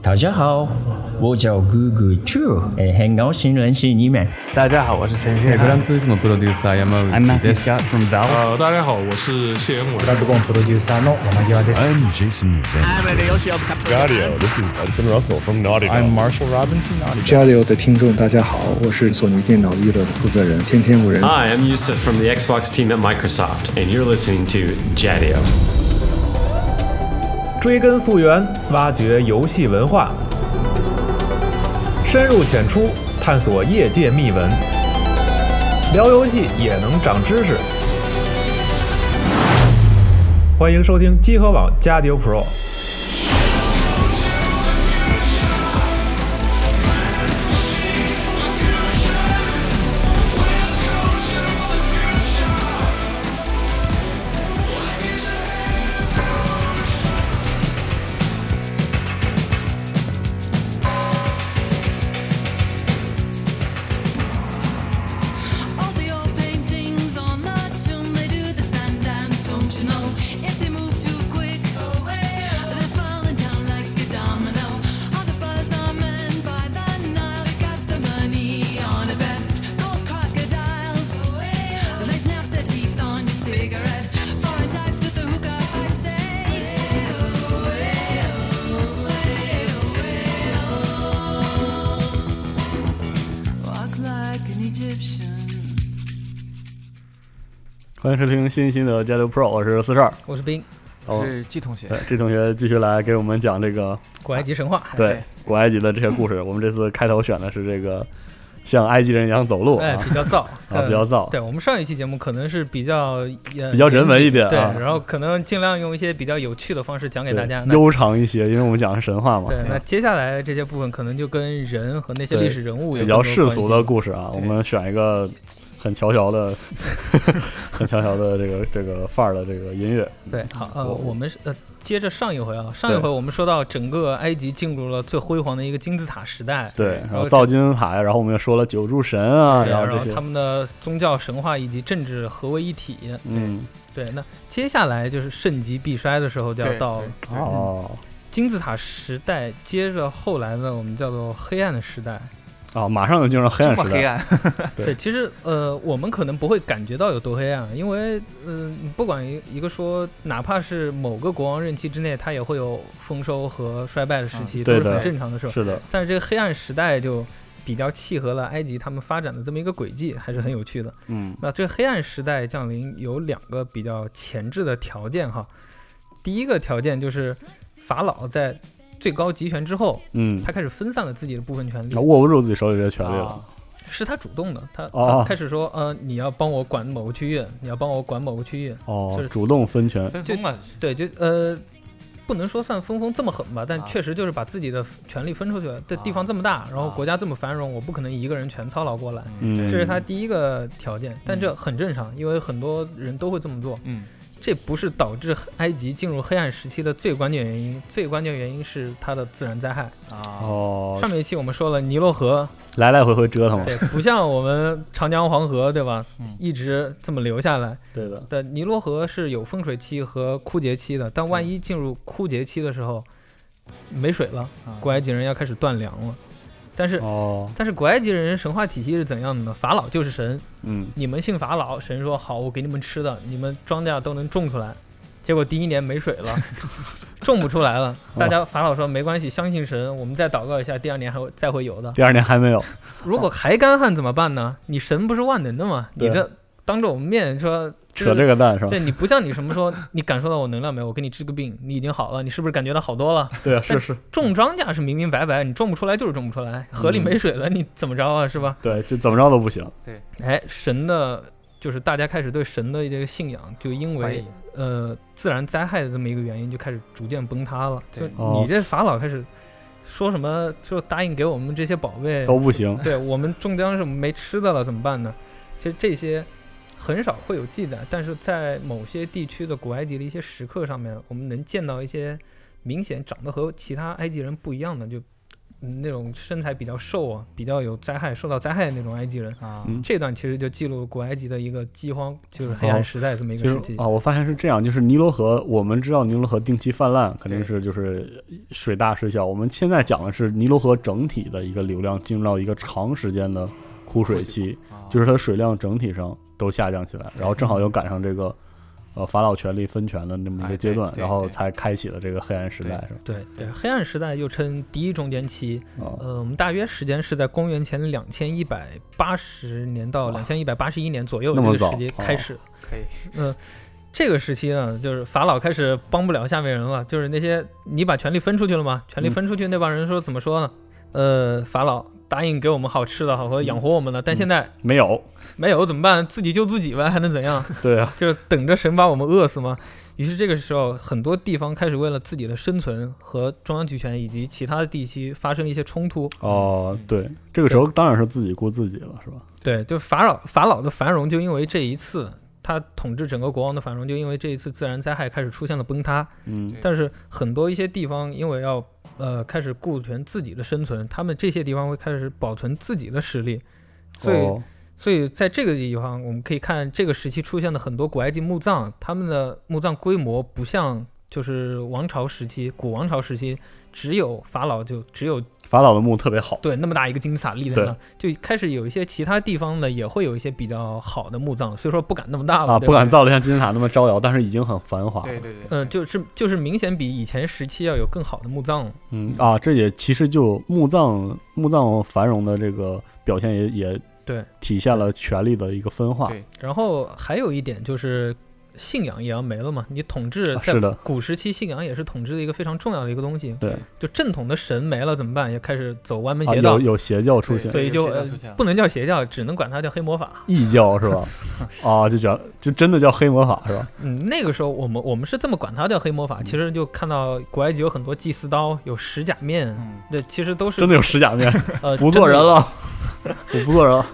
大家好，我叫 Google Chu，哎，很高兴认识你们。大家好，我是陈旭プラ航ン。ツーリズムプロデューサー山 I'm 内 Matthew です。 Scott from Valve。呃，大家好，我是谢元伟。ドボンプロデューサーの山際です。 I'm Jason Van. Gadio. This is Hudson Russell from Naughty Dog. I'm Marshall Robinson. j a d i o 的听众，大家好，我是索尼电脑娱乐的负责人天天五人。 Hi, I'm Yusuf from the Xbox team at Microsoft, and you're listening to Jadio. 追根溯源，挖掘游戏文化，深入浅出探索业界秘闻，聊游戏也能长知识。欢迎收听集合网加迪 Pro。 All the old paintings on the tomb, they do the same dance, don't you know? If they move too quick, they're falling down like a domino. All the buzz are men by the Nile, they got the money on a bet. Gold crocodiles, they snap their teeth on your cigarette. Foreign types with the hookah pipe say, walk like an Egyptian. 欢迎收听新一期的交流 Pro，我是四十二。我是冰，哦，是季同学对，这同学继续来给我们讲这个古埃及神话。啊哎对古埃及的这些 故事。我们这次开头选的是这个像埃及人一样走路哎，啊，比较 燥，啊呃比较燥对我们上一期节目可能是比较呃比较人文一点对，啊然后可能尽量用一些比较有趣的方式讲给对大家。那悠长一些，因为我们讲的是神话嘛，对，那接下来这些部分可能就跟人和那些对历史人物有比较更多世关俗系的故事啊。我对们选一个很乔乔的、 很乔乔的这个这个范儿的这个音乐。对，好，呃，我我们是呃，接着上一回啊，上一对回我们说到整个埃及进入了最辉煌的一个金字塔时代，对，然然后后造这。金字塔，然后我们又说了九柱神啊，对然然后这后些他，们的宗教神话以及政治合为一体。嗯，对，那接下来就是盛极必衰的时候，就要到哦，金字塔时代，接着后来呢，我们叫做黑暗的时代。啊，马上就进入黑暗时代，暗，对对，其实呃，我们可能不会感觉到有多黑暗，因为呃，你不管一一个说，哪怕是某个国王任期之内，它也会有丰收和衰败的时期，嗯都对是很的正常的事儿。是的，但是这个黑暗时代就比较契合了埃及他们发展的这么一个轨迹，还是很有趣的。嗯，那这个黑暗时代降临有两个比较前置的条件哈，第一个条件就是法老在最高集权之后，嗯，他开始分散了自己的部分权利啊，握不住自己手里这权利了啊，是他主动的，他哦他开始说，呃，你要帮我管某个区域，你要帮我管某个区域，就哦是，主动分权，分封了，对，就呃，不能说算分封这么狠吧，但啊确实就是把自己的权利分出去了。这地方这么大，然后啊国家这么繁荣，我不可能一个人全操劳过来，嗯，这是他第一个条件，但这很正常，因为很多人都会这么做。嗯，这不是导致埃及进入黑暗时期的最关键原因，最关键原因是它的自然灾害。啊，哦，上面一期我们说了尼罗河，来来回回折腾嘛，对，不像我们长江黄河，对吧嗯？一直这么流下来。对的，的尼罗河是有丰水期和枯竭期的，但万一进入枯竭期的时候，没水了，古埃及人要开始断粮了。但是，哦，但是古埃及人神话体系是怎样的呢？法老就是神，嗯，你们信法老，神说好，我给你们吃的，你们庄稼都能种出来。结果第一年没水了，种不出来了。大家法老说没关系，相信神，我们再祷告一下，第二年还会再会有的。第二年还没有， 如果还干旱怎么办呢？你神不是万能的吗？你对这当着我们面说扯这个蛋是吧 对？你不像你什么说，你感受到我能量没有？我给你治个病，你已经好了，你是不是感觉到好多了？对啊，是但是，种庄稼是明明白白，你种不出来就是种不出嗯来，河里没水了，你怎么着啊？是吧？对，就怎么着都不行，哎，神的，就是大家开始对神的这个信仰，就因怀为疑呃自然灾害的这么一个原因，就开始逐渐崩塌了。就对哦你这法老开始说什么，就答应给我们这些宝贝，都不行， 对我们终将是没吃的了，怎么办呢？其实这些很少会有记载，但是在某些地区的古埃及的一些石刻上面，我们能见到一些明显长得和其他埃及人不一样的，就那种身材比较瘦啊，比较有灾害、受到灾害的那种埃及人啊嗯这段其实就记录了古埃及的一个饥荒，就是黑暗时代这么一个其时实期。啊，我发现是这样，就是尼罗河，我们知道尼罗河定期泛滥，肯定是就是水大水小。我们现在讲的是尼罗河整体的一个流量进入到一个长时间的枯水期，就是它的水量整体上都下降起来，然后正好又赶上这个呃法老权力分权的那么一个阶段，然后才开启了这个黑暗时代，是吧？对对，黑暗时代又称第一中间期，哦呃，我们大约时间是在公元前两千一百八十年到两千一百八十一年左右那么这个早时期哦开始的。可以，嗯，这个时期呢，就是法老开始帮不了下面人了，就是那些你把权力分出去了吗？权力嗯分出去那帮人说怎么说呢？呃，法老答应给我们好吃的好喝嗯养活我们的，但现在没有，没有怎么办？自己救自己呗，还能怎样？ 对啊，就是等着神把我们饿死吗？于是这个时候，很多地方开始为了自己的生存和中央集权以及其他的地区发生了一些冲突。哦，对，这个时候当然是自己顾自己了，是吧？对，就法老法老的繁荣，就因为这一次他统治整个国王的繁荣，就因为这一次自然灾害开始出现了崩塌。嗯，但是很多一些地方因为要呃开始顾全自己的生存，他们这些地方会开始保存自己的实力，所以、哦所以在这个地方我们可以看这个时期出现的很多古埃及墓葬，他们的墓葬规模不像就是王朝时期古王朝时期只有法老就只有法老的墓特别好，对那么大一个金字塔立在那儿，就开始有一些其他地方呢也会有一些比较好的墓葬，虽说不敢那么大了，啊，对不敢对造的像金字塔那么招摇，但是已经很繁华对了。对，嗯，就是就是明显比以前时期要有更好的墓葬了。嗯啊，这也其实就墓葬墓葬繁荣的这个表现也也对体现了权力的一个分化。对然后还有一点就是，信仰也要没了嘛。你统治啊在是的古时期，信仰也是统治的一个非常重要的一个东西。对就正统的神没了怎么办？也开始走歪门啊，邪道，有有邪教出现所，以就、有邪教呃出现不能叫邪教，只能管它叫黑魔法。异教是 吧？啊，就叫就真的叫黑魔法是吧？嗯，那个时候我们我们是这么管它叫黑魔法。嗯其实就看到古埃及有很多祭司刀，有石甲面，嗯那其实都是真的有石甲面，呃不做人，真的 了，我不做人了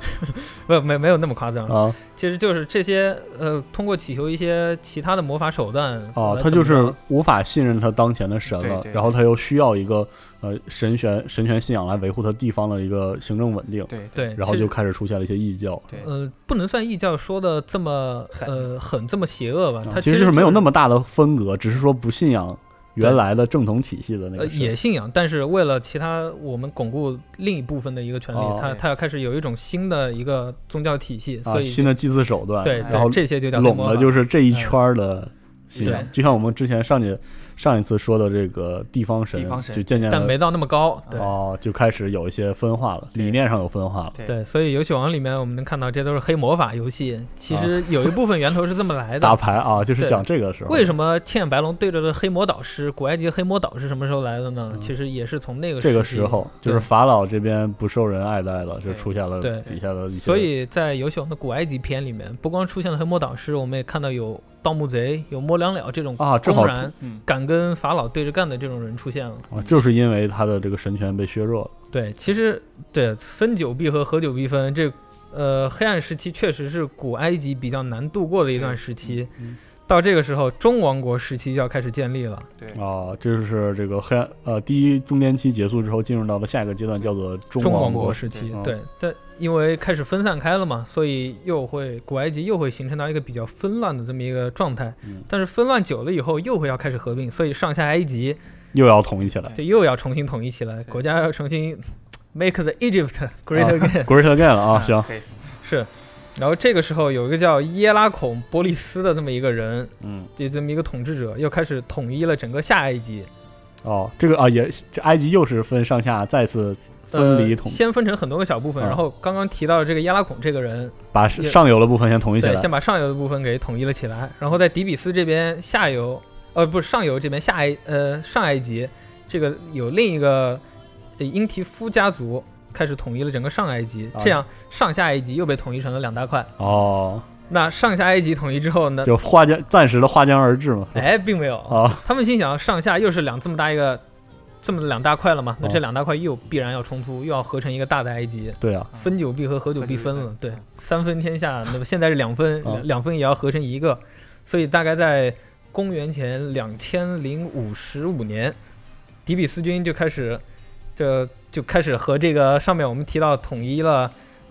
不没没有那么夸张。啊其实就是这些呃，通过祈求一些其他的魔法手段啊！来他怎就么是着无法信任他当前的神对了，对然后他又需要一个呃神权神权信仰来维护他地方的一个行政稳定，对对，然后其实就开始出现了一些异教。呃，不能算异教说的这么呃狠这么邪恶吧？啊它其实就是没有那么么大的分隔，只是说不信仰原对来的正统体系的那呃个事儿。也信仰，但是为了其他我们巩固另一部分的一个权利，哦它它要开始有一种新的一个宗教体系，啊所，以新的祭祀手段，对，然对后这些就叫黑拢魔的法就是这一圈儿的信仰嗯对。就像我们之前上节上一次说的这个地方神，地方神就渐渐但没的到那么高，对。哦，就开始有一些分化了，理念上有分化了。对对，所以游戏王里面我们能看到，这都是黑魔法游戏。其哦实有一部分源头是这 么来的。打牌啊，就是对讲这个时候，为么什么青眼白龙对着的黑魔导师，古埃及黑魔导是什么时候来的呢？嗯其实也是从那个这个时时期候就是对法老这边不受人爱戴了，就出现了对底下的一些，所以在游戏王的古埃及篇里面，不光出现了黑魔导师，我们也看到有盗墓贼、有摸两了这种啊正好公然嗯敢跟法老对着干的这种人出现了。啊就是因为他的这个神权被削弱了。对，其实对分久必合，合久必分，这呃黑暗时期确实是古埃及比较难度过的一段时期。嗯到这个时候，中王国时期就要开始建立了。啊，这就是这个黑暗呃第一中间期结束之后，进入到了下一个阶段，叫做中中王王国。时期嗯，对，但因为开始分散开了嘛，所以又会古埃及又会形成到一个比较纷乱的这么一个状态嗯。但是纷乱久了以后，又会要开始合并，所以上下埃及又要统一起来就又要重新统一起来，国家要重新 make the Egypt great again。 ，Great Again 了嗯啊，行，是，然后这个时候有一个叫耶拉孔波利斯的这么一个人，嗯，就这么一个统治者，又开始统一了整个下埃及。哦，这个啊也这埃及又是分上下，再次分离呃统，先分成很多个小部分，啊然后刚刚提到的这个耶拉孔这个人，把也上游的部分先统一起对，来。先把上游的部分给统一了起来，然后在底比斯这边下游，呃，不是上游这边下埃呃上埃及，这个有另一个呃英提夫家族开始统一了整个上埃及，啊这样上下埃及又被统一成了两大块。哦，那上下埃及统一之后呢？就划江暂时的划江而治嘛。哎，并没有，啊，他们心想上下又是两这么大一个这么两大块了嘛，那啊这两大块又必然要冲突，又要合成一个大的埃及。对啊，分久必合，合久必分合久了必。对，嗯三分天下，那么现在是两分，啊两两分也要合成一个，所以大概在公元前两千零五十五年，底比斯军就开始就就开始和这个上面我们提到统一了，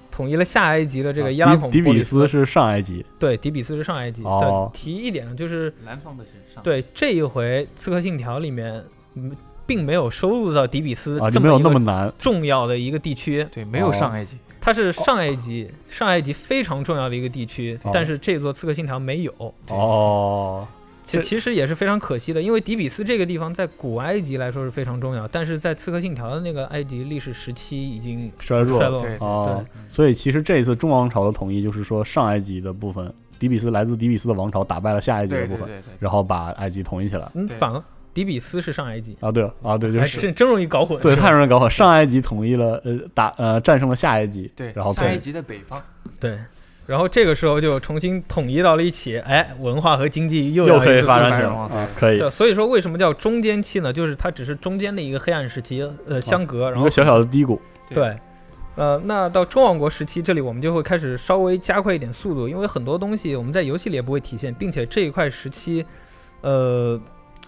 统一了下埃及的这个耶拉孔啊迪波比利斯是上埃及，对，迪比斯是上埃及。哦但提一点就是，南方的是上，对这一回《刺客信条》里面，嗯并没有收录到迪比斯啊呃这就没有一个那么难重要的一个地区。对，没有上埃及，它是上埃及，上埃及非常重要的一个地区，哦但是这座《刺客信条》没有。哦，其其实也是非常可惜的，因为底比斯这个地方在古埃及来说是非常重要，但是在《刺客信条》的那个埃及历史时期已经衰弱衰落了。哦，所以其实这一次中王朝的统一就是说上埃及的部分，迪比斯来自迪比斯的王朝打败了下埃及的对部分对对对，然后把埃及统一起来。嗯，反了，底比斯是上埃及，啊，对啊，对，就还是真真容易搞混对，是吧太容易搞混。上埃及统一了，呃，打呃战胜了下埃及，对，然后上埃对及的北方，对。然后这个时候就重新统一到了一起，哎，文化和经济又又要可以一次发展繁起来荣了啊可以对所以说为什么叫中间期呢？就是它只是中间的一个黑暗时期，呃，相隔，啊然一后个小小的低谷。对，呃，那到中王国时期，这里我们就会开始稍微加快一点速度，因为很多东西我们在游戏里也不会体现，并且这一块时期，呃，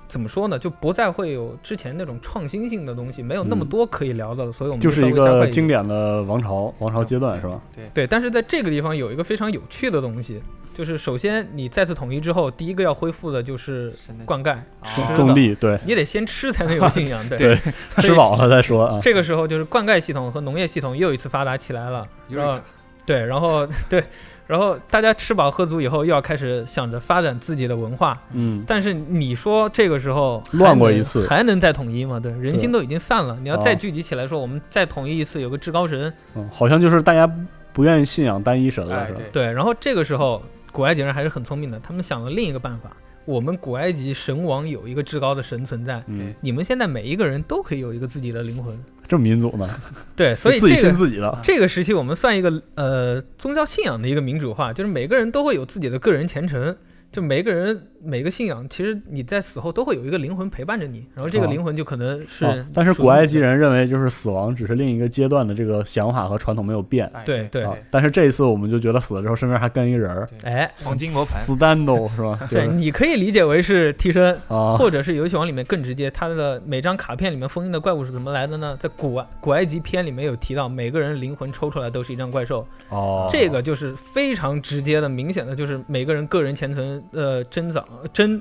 怎么说呢，就不再会有之前那种创新性的东西，没有那么嗯多可以聊的了，所以我们就是稍一微加快个一点经典的王朝王朝阶段是吧？对，但是在这个地方有一个非常有趣的东西，就是首先你再次统一之后，第一个要恢复的就是灌溉、吃的种地对你得先吃才能有信仰，啊对所以吃饱了再说啊这个时候就是灌溉系统和农业系统又一次发达起来了，尤然后里卡对，然后 对，然后大家吃饱喝足以后，又要开始想着发展自己的文化，嗯但是你说这个时候还乱过能一次还能再统一吗？对，人对心都已经散了，你要哦再聚集起来说，我们再统一一次，有个至高神，嗯，好像就是大家不愿意信仰单一神了是吧？哎对，然后这个时候古埃及人还是很聪明的，他们想了另一个办法。我们古埃及神王有一个至高的神存在，嗯你们现在每一个人都可以有一个自己的灵魂，这么民族呢？对，所以自这己个信自己的，这个时期我们算一个呃宗教信仰的一个民主化，就是每个人都会有自己的个人虔诚，就每个人每个信仰，其实你在死后都会有一个灵魂陪伴着你，然后这个哦灵魂就可能是、啊但是古埃及 人认为就是死亡只是另一个阶段的这个想法和传统没有变。对哎对啊，但是这一次我们就觉得死了之后身边还跟一人儿，哎黄金罗盘 s t a n d o 是吧？ 对，就是你可以理解为是替身， 啊或者是游戏王里面更直接，它的每张卡片里面封印的怪物是怎么来的呢？在古埃古埃及篇里面有提到，每个人灵魂抽出来都是一张怪兽。哦这个就是非常直接的、明显的，就是每个人个人前程呃增长增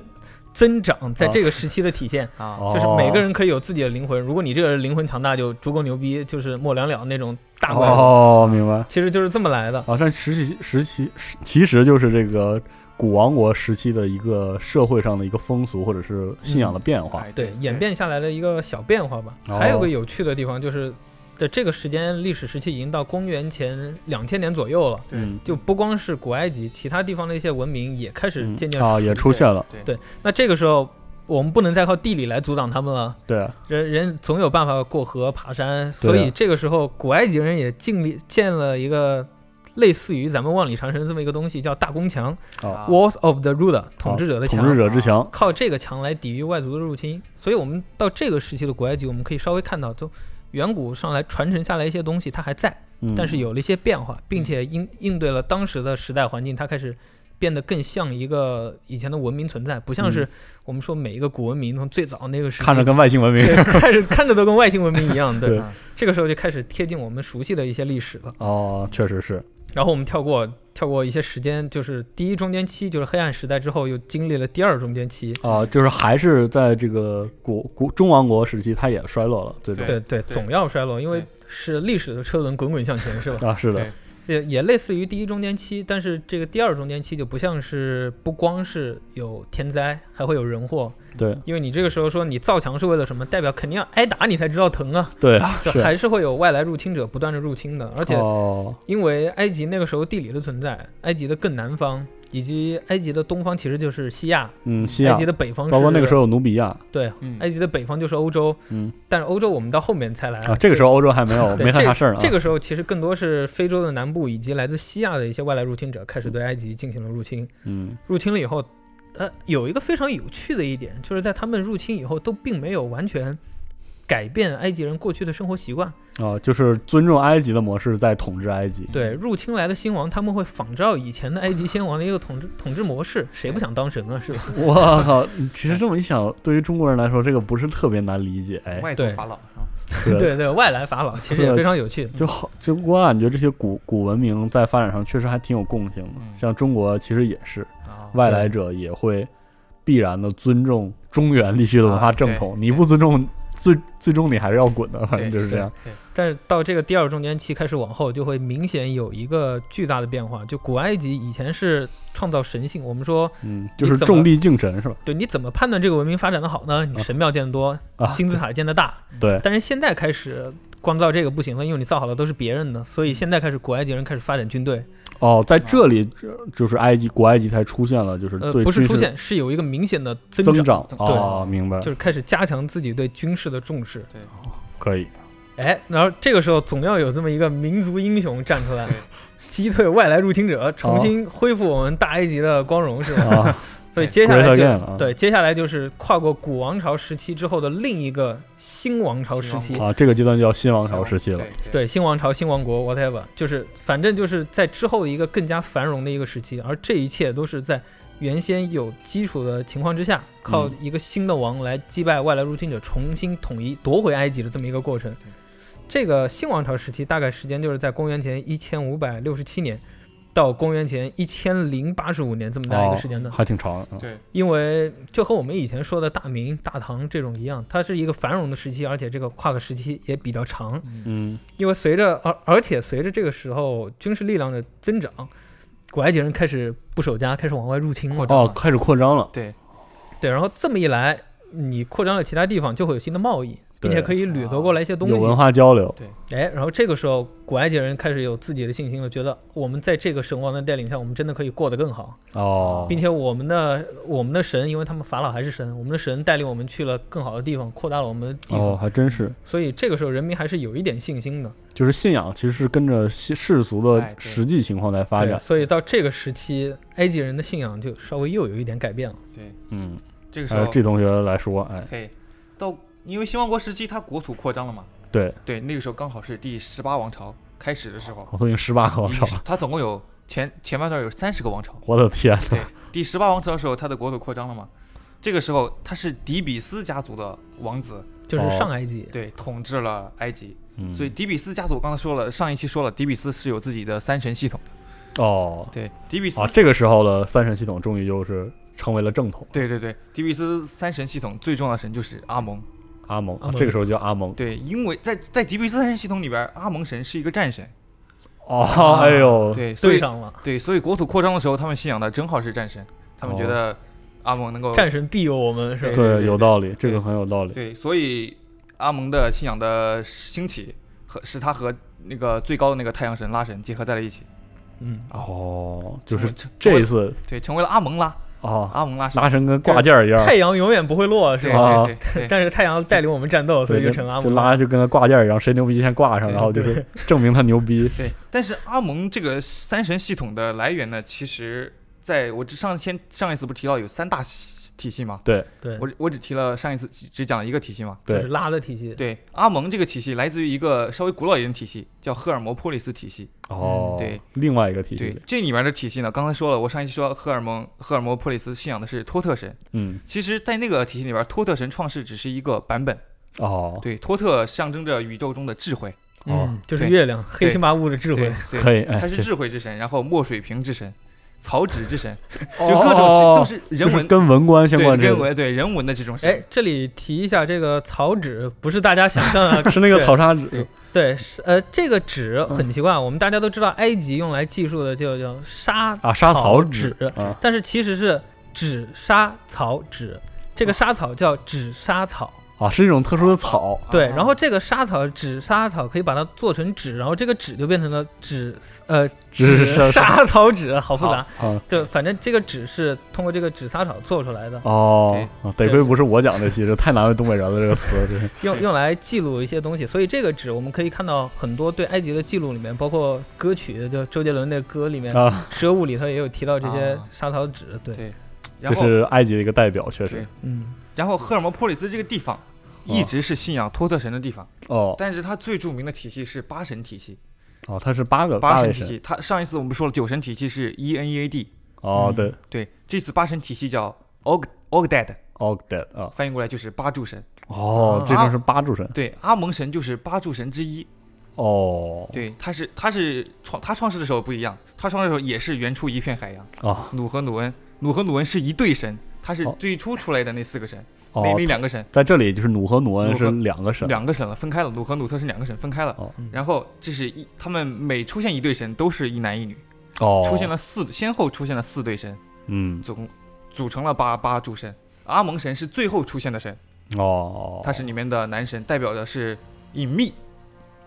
增长在这个时期的体现啊哦就是每个人可以有自己的灵魂。如果你这个人灵魂强大，就足够牛逼，就是末了了那种大怪物。哦，明白。其实就是这么来的。啊，但实际实期其实就是这个古王国时期的一个社会上的一个风俗或者是信仰的变化。对，演变下来的一个小变化吧。哦还有个有趣的地方就是，在这个时间历史时期已经到公元前两千年左右了。对嗯就不光是古埃及，其他地方的一些文明也开始渐渐嗯啊也出现了对，那这个时候我们不能再靠地理来阻挡他们了。对啊人人总有办法过河爬山，对啊所以这个时候古埃及人也尽力建了一个。类似于咱们万里长城这么一个东西，叫大宫墙、哦 w a l l s of the Ruler，统治者的墙，啊统治者之墙靠这个墙来抵御外族的入侵。所以，我们到这个时期的古埃及，我们可以稍微看到，就远古上来传承下来一些东西，它还在，嗯但是有了一些变化，并且应应对了当时的时代环境，它开始变得更像一个以前的文明存在，不像是嗯我们说每一个古文明从最早那个时期看着跟外星文明对 开始看着都跟外星文明一样，对对吧，这个时候就开始贴近我们熟悉的一些历史了。哦，确实是。然后我们跳过跳过一些时间，就是第一中间期，就是黑暗时代之后，又经历了第二中间期，啊，就是还是在这个古古中王国时期，它也衰落了，最终对对，总要衰落，因为是历史的车轮滚滚向前， 是吧？啊是的对。也也类似于第一中间期，但是这个第二中间期就不像是不光是有天灾，还会有人祸。对因为你这个时候说你造墙是为了什么，代表肯定要挨打你才知道疼啊。对啊就是还是会有外来入侵者不断的入侵的，而且哦因为埃及那个时候地理的存在，埃及的更南方以及埃及的东方其实就是西亚，嗯，西亚埃及的北方，包括那个时候有努比亚，对，埃及的北方就是欧洲，嗯，但是欧洲我们到后面才来啊这个时候欧洲还没有哎对没干这啥事儿啊这个时候其实更多是非洲的南部以及来自西亚的一些外来入侵者开始对埃及进行了入侵，嗯，入侵了以后，呃，有一个非常有趣的一点，就是在他们入侵以后都并没有完全改变埃及人过去的生活习惯，啊，就是尊重埃及的模式在统治埃及，对，入侵来的新王，他们会仿照以前的 埃及先王的一个统治统治模式，谁不想当神啊？是吧？我 靠！其实这么一想，对于中国人来说，这个不是特别难理解。哎，对，对对对，外来 法老其实也非常有趣。就好，就我感觉这些古古文明在发展上确实还挺有共性的。嗯像中国其实也是，外来者也会必然的尊重中原地区的文啊化正统。你不尊重，最最终你还是要滚的，反正就是这样。但是到这个第二中间期开始往后，就会明显有一个巨大的变化。就古埃及以前是创造神性，我们说，嗯，就是众力敬神是吧？对，你怎么判断这个文明发展的好呢？你神庙建得多，啊金字塔建得大。对但是现在开始光造这个不行了，因为你造好了都是别人的，所以现在开始古埃及人开始发展军队，哦，在这里就是埃及古埃及才出现了，就是啊呃，对不是军事出现，是有一个明显的增增长长。对，哦，明白就是开始加强自己对军事的重视。对。可以。哎，然后这个时候总要有这么一个民族英雄站出来，击退外来入侵者，重新恢复我们大埃及的光荣，是吧？啊所以接下来 Great again 啊就对，接下来就是跨过古王朝时期之后的另一个新王朝时期啊，这个阶段叫新王朝时期了。对，新王朝、新王国，whatever，就是反正就是在之后的一个更加繁荣的一个时期，而这一切都是在原先有基础的情况之下，靠一个新的王来击败外来入侵者，重新统一夺回埃及的这么一个过程。这个新王朝时期大概时间就是在公元前一千五百六十七年到公元前一千零八十五年这么大一个时间段，哦还挺长的嗯对，因为就和我们以前说的大明、大唐这种一样，它是一个繁荣的时期，而且这个跨个时期也比较长。嗯，因为随着而而且随着这个时候军事力量的增长，古埃及人开始不守家，开始往外入侵了。哦，开始扩张了。对，对，然后这么一来，你扩张了其他地方，就会有新的贸易，并且可以掠夺过来一些东西，有文化交流。对，哎，然后这个时候古埃及人开始有自己的信心了，觉得我们在这个神王的带领下，我们真的可以过得更好。哦，并且我们的我们的神，因为他们法老还是神，我们的神带领我们去了更好的地方，扩大了我们的地方，哦，还真是，所以这个时候人民还是有一点信心的。就是信仰其实是跟着世世俗的实际情况来发对，展。所以到这个时期，埃及人的信仰就稍微又有一点改变了。对，嗯，这个时候呃这同学来说，哎，可以到，因为新王国时期它国土扩张了嘛。对对，那个时候刚好是第十八王朝开始的时候。我都已经18个王朝了已经是它总共有前前半段有三十个王朝。 我的天呐对，第十八王朝的时候，它的国土扩张了嘛。这个时候，他是底比斯家族的王子，哦就是上埃及对，统治了埃及。嗯所以底比斯家族，我刚才说了，上一期说了，底比斯是有自己的三神系统的。哦，对，迪比斯啊，这个时候的三神系统终于就是成为了正统。对对对，迪比斯三神系统最重要的神就是阿蒙。阿蒙，阿啊蒙这个时候叫阿蒙。对，因为在在迪比斯三神系统里边，阿蒙神是一个战神。哦，哎呦，对，所以对上了。对，所以国土扩张的时候，他们信仰的正好是战神，他哦们觉得阿蒙能够战神庇佑我们是吧？对，有道理，这个很有道理。对，所以阿蒙的信仰的兴起和使他和那个最高的那个太阳神拉神结合在了一起。嗯，哦，就是成为这一次对，成为了阿蒙拉。哦，阿蒙拉神拉神跟挂件儿一样，太阳永远不会落，是吧？啊对 对但是太阳带领我们战斗，所以就对成阿就姆拉就跟他挂件儿一样，谁牛逼先挂上，然后就是对证明他牛逼。对，但是阿蒙这个三神系统的来源呢，其实在我只上先上一次不是提到有三大系体系吗？对对我只我只提了上一次只只讲了一个体系嘛，就是拉的体系。对，阿蒙这个体系来自于一个稍微古老一点的体系，叫赫尔摩波利斯体系。哦，嗯对，另外一个体系对里，，这里面的体系呢，刚才说了，我上一期说赫尔蒙赫尔摩波利斯信仰的是托特神，嗯，其实，在那个体系里边，托特神创世只是一个版本。哦，对，托特象征着宇宙中的智慧。哦嗯就是对月亮对黑漆麻乌的智慧对对可以哎它是这智慧之神，然后墨水瓶之神，草纸之神，就哦各种都是人就是文跟文官相关对这跟个文对人文的这种神。哎，这里提一下，这个草纸不是大家想象 的，是那个对草沙纸嗯对对，是呃，这个纸很奇怪，我们大家都知道，埃及用来计数的就叫沙啊沙草草纸啊但是其实是纸沙草纸，这个沙草叫纸沙草。啊，是一种特哦殊的草。啊对，然后这个沙草纸沙草可以把它做成纸，然后这个纸就变成了纸呃纸沙沙草 纸，好复杂好好。对，反正这个纸是通过这个纸沙草做出来的。哦，啊得亏不是我讲这期，这太难为东北人了，这个 词真是。用用来记录一些东西，所以这个纸我们可以看到很多对埃及的记录里面，包括歌曲，就周杰伦的歌里面，啊蛇舞》里头也有提到这些沙草纸。哦对，然这后是埃及的一个代表，确实对。，嗯。然后赫尔摩波利斯这个地方一直是信仰托特神的地方。哦但是它最著名的体系是八神体系。哦，它是八个八位神体系神，。它上一次我们说了九神体系是 E N E A D。哦对对，这次八神体系叫 Og Ogdad。哦，对啊，翻译过来就是八柱神。哦，这啊正是八柱神。对，阿蒙神就是八柱神之一。哦，对，他是他是创他创世的时候不一样，他创世的时候也是原出一片海洋啊。努和努恩，努和努恩是一对神，他是最初出来的那四个神，哦那那两个神。在这里就是努和努恩努是哦和两个神，两个神了，分开了。努和努特是两个神分开了。然后这是一，他们每出现一对神都是一男一女。哦出现了四，先后出现了四对神，嗯总组成了八八柱神。阿蒙神是最后出现的神，哦，他是里面的男神，代表的是隐秘，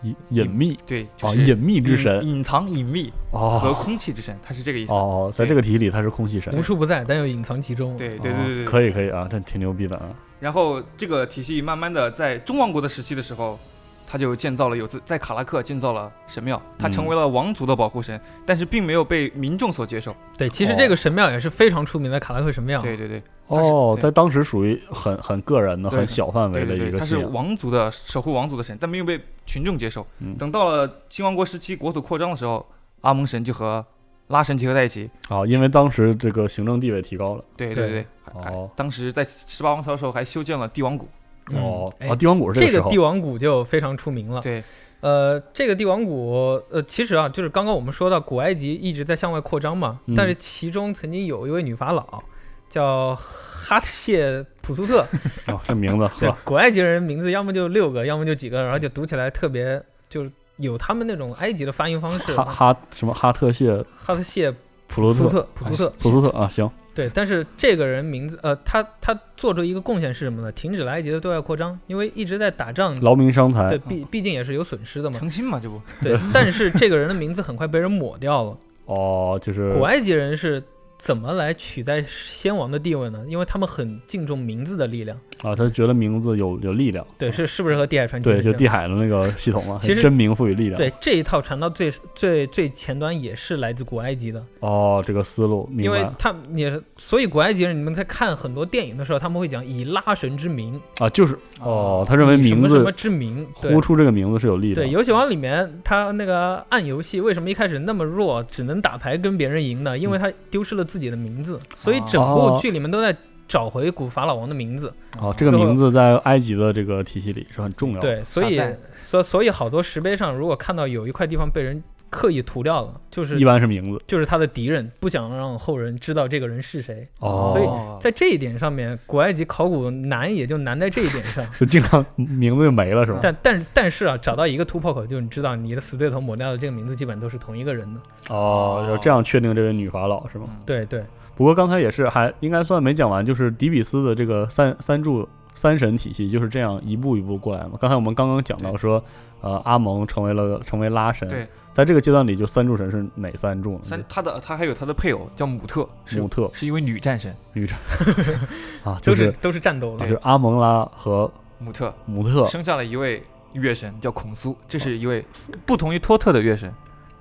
隐隐秘对，就啊是隐秘之神隐隐藏、隐秘哦和空气之神，他是这个意思。哦，在这个题里他是空气神，无处不在，但又隐藏其中。对对对对对哦可以可以啊，这挺牛逼的啊，然后这个体系慢慢的在中王国的时期的时候，他就建造了有自在卡拉克建造了神庙，他嗯成为了王族的保护神，但是并没有被民众所接受。对，其实这个神庙也是非常出名的卡拉克神庙。对对对，哦，在当时属于很很个人的、对很小范围的对对一对个他信是仰。王族的守护王族的神，但没有被群众接受。嗯等到了新王国时期国土扩张的时候，阿蒙神就和拉神结合在一起。啊，因为当时这个行政地位提高了，对对对，还还当时在十八王朝的时候还修建了帝王谷。哦哎啊，帝王谷是这时个候帝王谷就非常出名了。对，呃，这个帝王谷，呃，其实啊，就是刚刚我们说到古埃及一直在向外扩张嘛，嗯但是其中曾经有一位女法老叫哈谢普苏特，啊，这名字呵对，古埃及人名字要么就六个，要么就几个，然后就读起来特别，就是有他们那种埃及的发音方式。哈哈什么哈特谢哈特谢普罗苏特特普苏特哎普苏特啊，行对，但是这个人名字，呃，他他做出一个贡献是什么呢？停止了埃及的对外扩张，因为一直在打嗯仗，劳民伤财对，毕毕竟也是有损失的嘛。诚心嘛，这不嗯对。但是这个人的名字很快被人抹掉了。哦，就是古埃及人是怎么来取代先王的地位呢？因为他们很敬重名字的力量。啊，他觉得名字有有力量，对，是是不是和地海传奇对，很就像？地海的那个系统嘛，其实真名赋予力量，对，这一套传到最最最前端也是来自古埃及的，哦，这个思路明因白为了他们也是，所以古埃及人你们在看很多电影的时候，他们会讲以拉神之名，啊，就是哦，他认为以什名么字什么之名对呼出这个名字是有力量对，的，游戏王里面他那个暗游戏为什么一开始那么弱，只能打牌跟别人赢呢？因嗯为他丢失了自己的名字，所以整部剧里面都在找回古法老王的名字。哦，这个最后名字在埃及的这个体系里是很重要的，对，所以沙赞所所以好多石碑上，如果看到有一块地方被人刻意涂掉了，就是一般是名字就是他的敌人，不想让后人知道这个人是谁。哦所以在这一点上面，古埃及考古难也就难在这一 点上。就经常名字就没了是吧？但但是但是啊，找到一个突破口，就是你知道你的死对头抹掉的这个名字，基本都是同一个人的。哦，要这样确定这位女法老是吗？对对，不过刚才也是还应该算没讲完，就是迪比斯的这个三三柱三神体系就是这样一步一步过来嘛。刚才我们刚刚讲到说，呃，阿蒙成为了成为拉神，对，在这个阶段里，就三柱神是哪三柱呢？三他的他还有他的配偶叫姆特，是姆嗯特是一位女战神，女战啊，都就是是都是战斗的啊就是阿蒙拉和姆特姆特哦生下了一位月神叫孔苏，这是一位不同于托特的月神，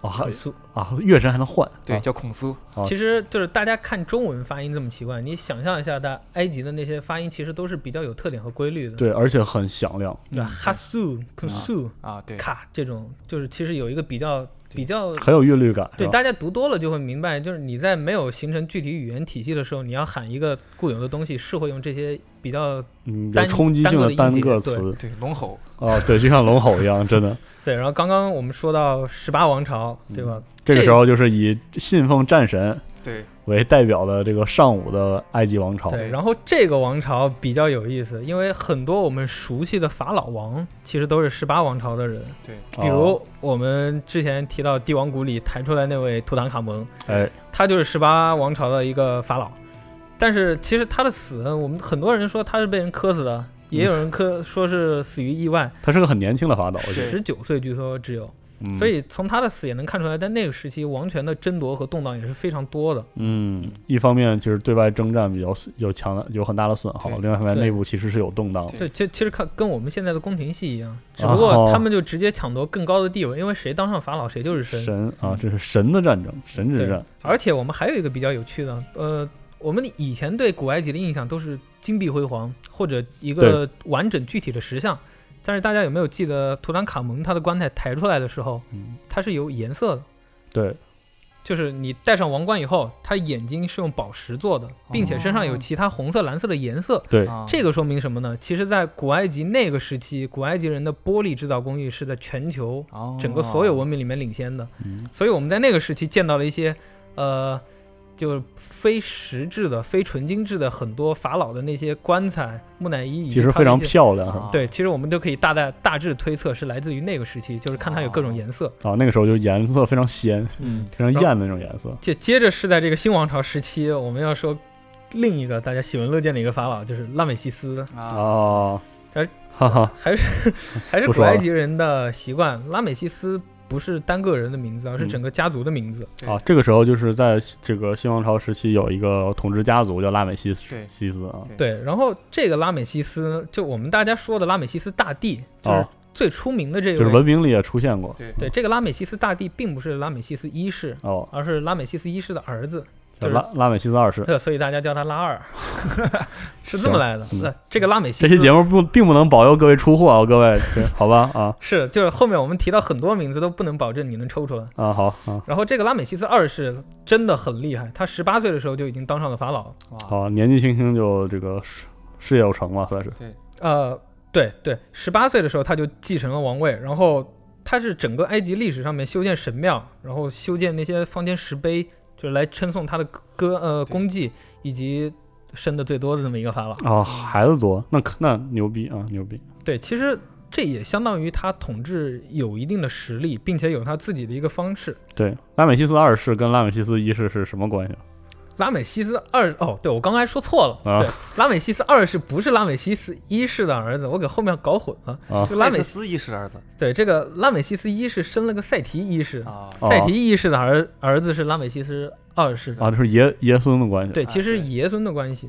啊，还孔苏啊，月神还能换，对，啊叫孔苏。啊其实就是大家看中文发音这么奇怪，你想象一下，大埃及的那些发音其实都是比较有特点和规律的。对，而且很响亮，对，哈苏、库苏嗯啊，对，卡这种，就是其实有一个比较比较很有韵律感，是对，吧大家读多了就会明白，就是你在没有形成具体语言体系的时候，你要喊一个固有的东西，是会用这些比较嗯有单冲击性单的个单音节个对词，对，龙吼啊，对，就像龙吼一样，真的。对，然后刚刚我们说到十八王朝，对吧？嗯这个时候就是以信奉战神对为代表的这个上古的埃及王朝，对，然后这个王朝比较有意思，因为很多我们熟悉的法老王其实都是十八王朝的人。对啊比如我们之前提到帝王谷里弹出来那位图坦卡蒙，哎，他就是十八王朝的一个法老。但是其实他的死，我们很多人说他是被人磕死的，也有人磕、说是死于意外，他是个很年轻的法老，我觉十得九岁据说只有。嗯所以从他的死也能看出来，在那个时期王权的争夺和动荡也是非常多的。嗯，一方面就是对外征战比较有强的有很大的损耗，对另外一方面对内部其实是有动荡的。对，其其实看跟我们现在的宫廷戏一样，只不过他们就直接抢夺更高的地位，因为谁当上法老谁就是神。嗯神啊，这是神的战争，神之对战。而且我们还有一个比较有趣的，呃，我们以前对古埃及的印象都是金碧辉煌或者一个完整具体的石像，但是大家有没有记得图坦卡蒙他的棺材抬出来的时候，它是有颜色的，嗯对，就是你戴上王冠以后，他眼睛是用宝石做的，并且身上有其他红色、蓝色的颜色。对啊这个说明什么呢？其实，在古埃及那个时期，古埃及人的玻璃制造工艺是在全球哦整个所有文明里面领先的。哦嗯所以我们在那个时期见到了一些，呃，就是非石质的、非纯金制的很多法老的那些棺材、木乃伊，以及其实他的非常一些漂亮啊对，其实我们都可以大概大致推测是来自于那个时期，就是看它有各种颜色。啊，那个时候就颜色非常鲜， 嗯非常艳的那种颜色。接接着是在这个新王朝时期，我们要说另一个大家喜闻乐见的一个法老，就是拉美西斯啊，哦，但哈哈，还是还是不古说了埃及人的习惯，拉美西斯不是单个人的名字，而嗯是整个家族的名字。啊，这个时候就是在这个新王朝时期有一个统治家族叫拉美西斯对西斯啊，对，然后这个拉美西斯，就我们大家说的拉美西斯大帝，就是哦最出名的这位，就是文明里也出现过，对，这个拉美西斯大帝并不是拉美西斯一世，哦，而是拉美西斯一世的儿子，叫就是拉拉美西斯二世。对， 所以大家叫他拉二， 是这么行来的。嗯那这个拉美西斯这期节目不并不能保佑各位出货啊，各位，对好吧啊是就是后面我们提到很多名字都不能保证你能抽出来。啊好啊然后这个拉美西斯二世真的很厉害，他十八岁的时候就已经当上了法老。好，年纪轻轻就这个事事业有成嘛，算是呃，对对，十八岁的时候他就继承了王位，然后他是整个埃及历史上面修建神庙，然后修建那些方尖石碑，就是来称颂他的歌呃功绩以及生的最多的这么一个法老。啊，孩子多，那可那牛逼啊，牛逼，对，其实这也相当于他统治有一定的实力，并且有他自己的一个方式。对，拉美西斯二世跟拉美西斯一世是什么关系啊？拉美西斯二哦，对我刚才说错了，啊对，拉美西斯二世不是拉美西斯一世的儿子，我给后面搞混了。啊这个拉美塞克斯一世儿子，对这个拉美西斯一世生了个赛提一世，啊啊赛提一世的儿儿子是拉美西斯二世的哦啊，这是爷爷孙的关系。啊对，其实爷孙的关系。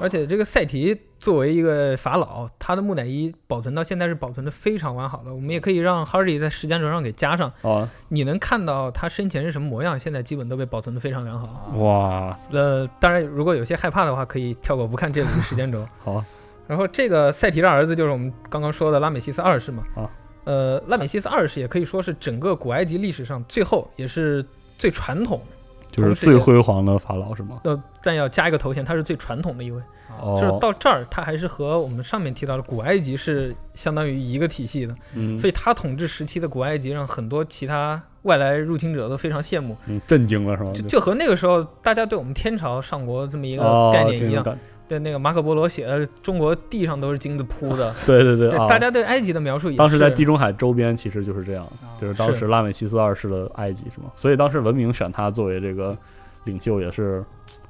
而且这个赛提作为一个法老，他的木乃伊保存到现在是保存的非常完好的。我们也可以让 Hardy 在时间轴上给加上，啊，你能看到他生前是什么模样，现在基本都被保存的非常良好。哇，呃，当然，如果有些害怕的话，可以跳过不看这里的时间轴。好，然后这个赛提的儿子就是我们刚刚说的拉美西斯二世嘛。啊。呃，拉美西斯二世也可以说是整个古埃及历史上最后也是最传统，就是最辉煌的法老是吗？呃，但要加一个头衔，他是最传统的一位。哦，就是到这儿，他还是和我们上面提到的古埃及是相当于一个体系的。嗯所以他统治时期的古埃及让很多其他外来入侵者都非常羡慕。嗯震惊了是吗？就就和那个时候大家对我们天朝上国这么一哦个概念一这样种感，，对那个马可波罗写的中国地上都是金子铺的对对 对啊大家对埃及的描述也是当时在地中海周边其实就是这样，就是当是时拉美西斯二世的埃及是吗？所以当时文明选他作为这个领袖也是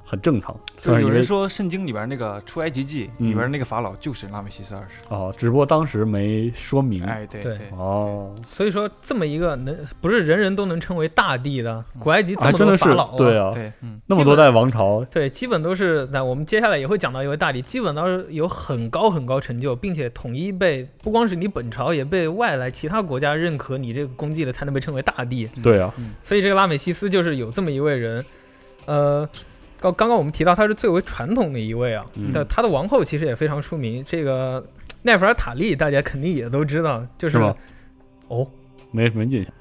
很正常，就算是是有因为人说圣经里边那个出埃及记嗯里边那个法老就是拉美西斯二世，哦，只不过当时没说明。哎对嗯对哦，所以说这么一个能不是人人都能称为大帝的古埃及这还么真多的是法老、对啊，嗯那么基多本嗯代王朝，对，基本都是在我们接下来也会讲到一位大帝，基本都是有很高很高成就，并且统一被不光是你本朝，也被外来其他国家认可你这个功绩的，才能被称为大帝。对啊，所以这个拉美西斯就是有这么一位人，呃，刚刚刚我们提到他是最为传统的一位啊嗯，但他的王后其实也非常出名，这个奈芙尔塔利大家肯定也都知道，就是吗？哦，没没印象。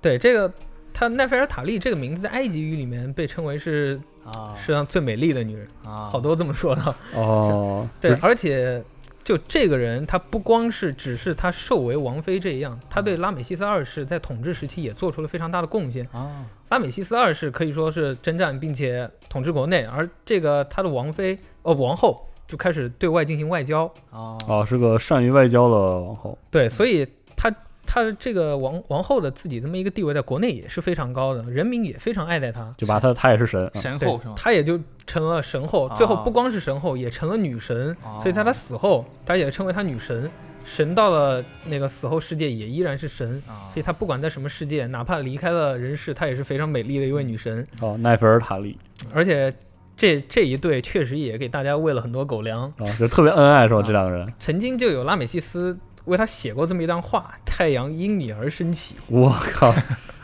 对这个。她奈菲尔塔利这个名字在埃及语里面被称为是啊世界上最美丽的女人，啊好多这么说的。哦，对就，是而且就这个人，他不光是只是他授为王妃这样，他对拉美西斯二世在统治时期也做出了非常大的贡献。啊，拉美西斯二世可以说是征战并且统治国内，而这个他的王妃呃王后就开始对外进行外交。啊哦，是个善于外交的王后。对，所以他他这个王王后的自己这么一个地位，在国内也是非常高的，人民也非常爱戴她。就把他，他也是啊神，啊对她也就成了神后，最后不光是神后，也成了女神。啊所以在她死后，她也称为她女神。神到了那个死后世界也依然是神，啊啊所以她不管在什么世界，哪怕离开了人世，她也是非常美丽的一位女神。哦，奈菲尔塔利而且这这一对确实也给大家喂了很多狗粮。啊，就特别恩爱是吧？这两个人，曾经就有拉美西斯为他写过这么一段话：“太阳因你而升起。我靠，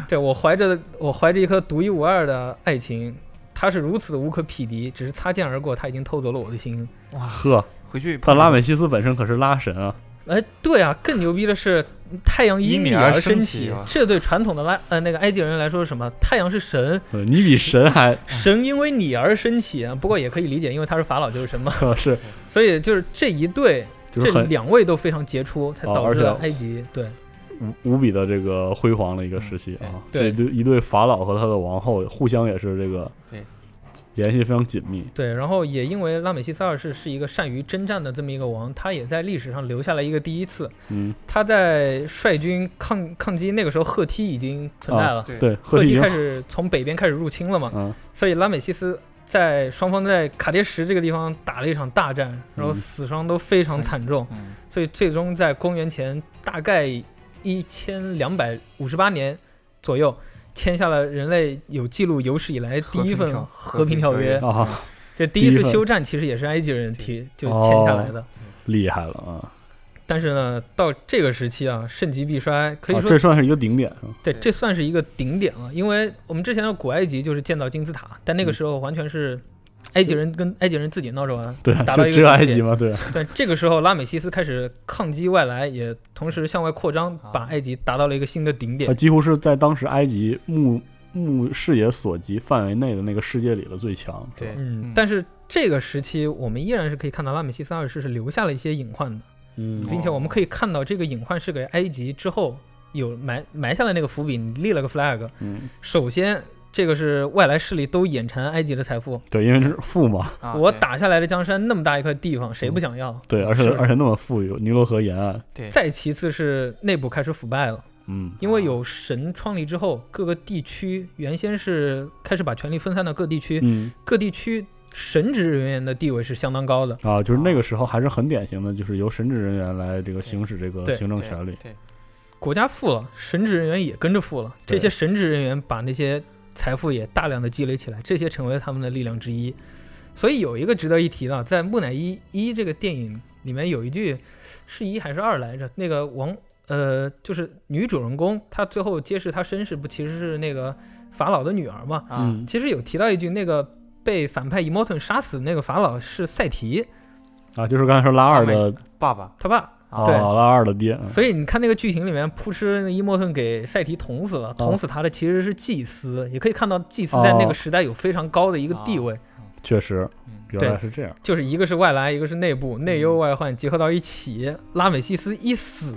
对我怀着我怀着一颗独一无二的爱情，它是如此的无可匹敌，只是擦肩而过，它已经偷走了我的心。”呵，回去但拉美西斯本身可是拉神啊，哎，对啊，更牛逼的是太阳因因你而而升起起啊，这对传统的拉呃那个埃及人来说是什么？太阳是神，呃你比神还神因为你而升起啊。不过也可以理解，因为他是法老就是神嘛。 是，所以就是这一对，就是这很两位都非常杰出，才哦导而致且了埃及对。无无比的这个辉煌的一个时期啊。嗯对这一对法老和他的王后互相也是这个对联系非常紧密。对，然后也因为拉美西斯二世是一个善于征战的这么一个王，他也在历史上留下了一个第一次。嗯，他在率军抗抗击，那个时候赫梯已经存在了，啊对对赫赫梯已梯经开始从北边开始入侵了嘛，嗯所以拉美西斯在双方在卡迭什这个地方打了一场大战，然后嗯死伤都非常惨重，所以呃最终在公元前大概一千两百五十八年左右。签下了人类有记录有史以来第一份和平条约啊，这第一第一次份休战其实也是埃及人提就签下来的。哦厉害了啊！但是呢，到这个时期啊，盛极必衰，可以啊说、这算是一个顶点啊是吧？对，这算是一个顶点了。因为我们之前的古埃及就是建造金字塔，但那个时候完全是埃及人跟埃及人自己闹着玩，对啊达到就一个只有顶埃点及嘛对啊但这个时候，拉美西斯开始抗击外来，也同时向外扩张，把埃及达到了一个新的顶点它。啊几乎是在当时埃及目目视野所及范围内的那个世界里的最强。对，嗯，但是这个时期，我们依然是可以看到拉美西斯二世是留下了一些隐患的，嗯并且我们可以看到这个隐患是给埃及之后有埋埋下了那个伏笔，你立了个 flag。嗯，首先，这个是外来势力都眼馋埃及的财富，对，因为是富嘛，啊我打下来的江山那么大一块地方，谁不想要？对，而且是而且那么富裕，尼罗河沿岸，再其次是内部开始腐败了。嗯，因为有神创立之后，各个地区原先是开始把权力分散到各地区，嗯各地区神职人员的地位是相当高的。啊，就是那个时候还是很典型的，就是由神职人员来这个行使这个对行政权力。国家富了，神职人员也跟着富了。对这些神职人员把那些财富也大量的积累起来，这些成为他们的力量之一。所以有一个值得一提的，在《木乃伊一》这个电影里面有一句是一还是二来着？那个王呃，就是女主人公，她最后揭示她身世不其实是那个法老的女儿嘛？嗯其实有提到一句，那个被反派 Emoton 杀死的那个法老是赛提，啊，就是刚才说拉二的爸爸，他爸。啊，对，拉二的爹，嗯所以你看那个剧情里面，扑哧，那伊莫顿给赛提捅死了，哦捅死他的其实是祭司，也可以看到祭司在那个时代有非常高的一个地哦位。确实嗯原来对，是这样。就是一个是外来，一个是内嗯部，内忧外患结合到一起，拉美西斯一死，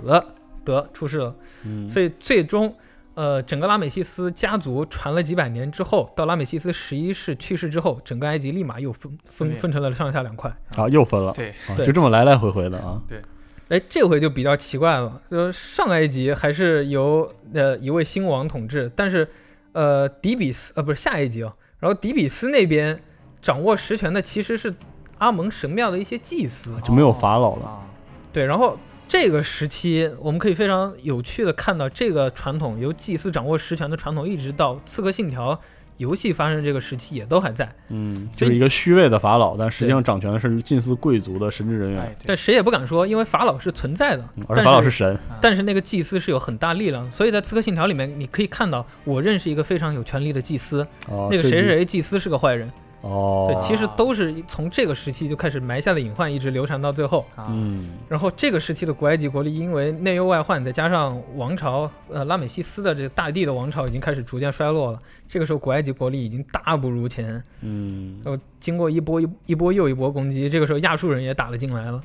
得出事了。嗯所以最终，呃，整个拉美西斯家族传了几百年之后，到拉美西斯十一世去世之后，整个埃及立马又分分分成了上下两块。啊，又分了，对啊对就这么来来回回的啊。对，哎，这回就比较奇怪了，就是上埃及还是由呃一位新王统治，但是呃底比斯呃不是下埃及哦，然后底比斯那边掌握实权的其实是阿蒙神庙的一些祭司，就没有法老了。啊对，然后这个时期，我们可以非常有趣的看到，这个传统由祭司掌握实权的传统，一直到《刺客信条》游戏发生这个时期，也都还在。嗯，所就以是一个虚位的法老，但实际上掌权的是近似贵族的神职人哎员。但谁也不敢说，因为法老是存在的，嗯而哎但法老是神但是那个祭司是有很大力量的，所以在《刺客信条》里面，你可以看到，我认识一个非常有权力的祭司，哦那个这谁谁就谁祭司是个坏人。哦，对，其实都是从这个时期就开始埋下的隐患，一直流传到最后。啊嗯，然后这个时期的古埃及国力，因为内忧外患，再加上王朝，呃，拉美西斯的这个大帝的王朝已经开始逐渐衰落了。这个时候，古埃及国力已经大不如前。嗯，然后经过一波一一波又一波攻击，这个时候亚述人也打了进来了。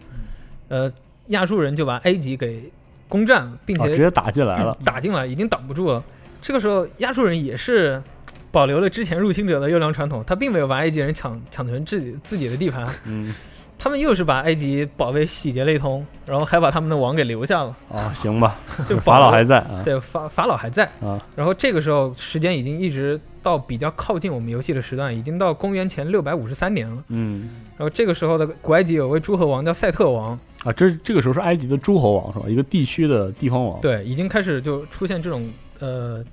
嗯呃，亚述人就把埃及给攻占了，并且、啊直接打进来了嗯打进来已经挡不住了。这个时候，亚述人也是保留了之前入侵者的优良传统，他并没有把埃及人抢抢成自己自己的地盘。嗯，他们又是把埃及保卫洗劫了一通，然后还把他们的王给留下了。啊，行吧，就 法保老留还在啊。对法法老还在啊。然后这个时候时间已经一直到比较靠近我们游戏的时段，已经到公元前六百五十三年了。嗯，然后这个时候的古埃及有位诸侯王叫赛特王，啊，这这个时候是埃及的诸侯王是吧？一个地区的地方王。对，已经开始就出现这种呃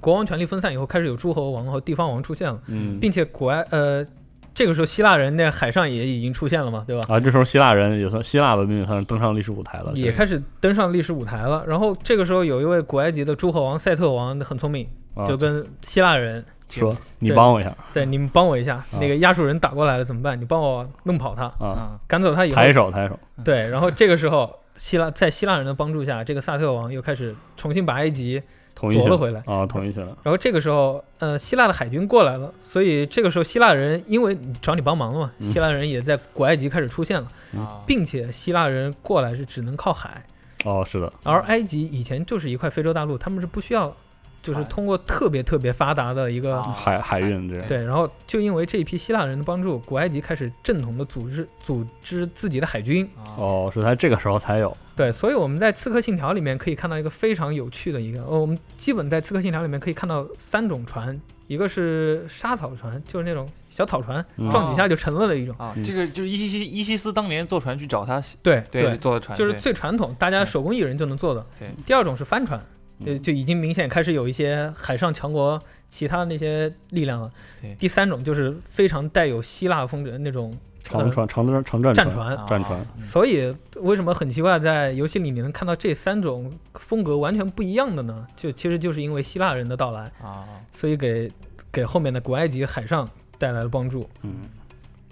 国王权力分散以后，开始有诸侯王和地方王出现了，嗯并且古埃呃这个时候希腊人那海上也已经出现了嘛，对吧？啊，这时候希腊人也算希腊文明也算是登上历史舞台了，哦也对开始登上历史舞台了。然后这个时候有一位古埃及的诸侯王赛特王很聪明啊，就跟希腊人说对啊你帮我一下，对，你们帮我一下，哦那个亚述人打过来了怎么办？你帮我弄跑他啊，赶走他以后抬手抬手，对，然后这个时候希腊在希腊人的帮助下，这个萨特王又开始重新把埃及统一起夺了回来。啊，统一起来。然后这个时候，呃，希腊的海军过来了，所以这个时候希腊人因为找你帮忙了嘛，嗯希腊人也在古埃及开始出现了，嗯啊并且希腊人过来是只能靠海，哦，是的，而埃及以前就是一块非洲大陆，他们是不需要，就是通过特别特别发达的一啊个海海运这样。啊对，然后就因为这一批希腊人的帮助，古埃及开始正统的组织组织自己的海军。啊哦，是在这个时候才有。对，所以我们在《刺客信条》里面可以看到一个非常有趣的一个，呃，我们基本在《刺客信条》里面可以看到三种船，一个是沙草船，就是那种小草船，啊嗯撞几下就沉了的一种。啊，这个就是伊西伊西斯当年坐船去找他，嗯对对，坐的船就是对最传统，大家手工艺人就能做的。对嗯第二种是帆船，对，就已经明显开始有一些海上强国其他的那些力量了对。第三种就是非常带有希腊风格的那种长船、长战、长战战啊船、船战船，嗯所以为什么很奇怪，在游戏里你能看到这三种风格完全不一样的呢？就其实就是因为希腊人的到来啊，所以给给后面的古埃及海上带来了帮助。嗯，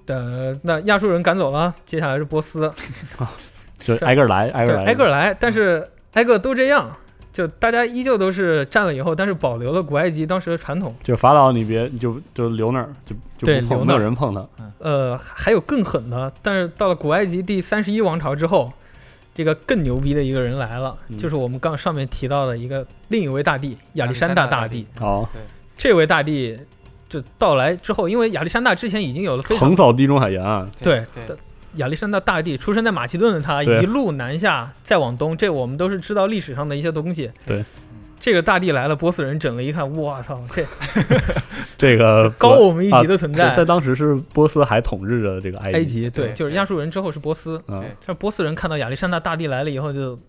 呃，那亚述人赶走了，接下来是波斯，就是挨个来，挨个对，来，挨个来，但是挨个都这样，就大家依旧都是占了以后，但是保留了古埃及当时的传统。就是法老，你别你就就留那儿，就就对不碰，留那没儿有人碰他。呃，还有更狠的，但是到了古埃及第三十一王朝之后，这个更牛逼的一个人来了，嗯就是我们刚上面提到的一个另一位大帝亚历山大大大帝帝。哦，这位大帝就到来之后，因为亚历山大之前已经有了非常横扫地中海沿岸。对对的亚历山大大帝出生在马其顿的他，对一路南下再往东，这我们都是知道历史上的一些东西。对，这个大帝来了，波斯人整了一看，我操， 这这个 高我们一级的啊存在是在当时是波斯还统治着这个埃埃及，及对，就是亚述人之后是波斯，嗯但是波斯人看到亚历山大大帝来了以后就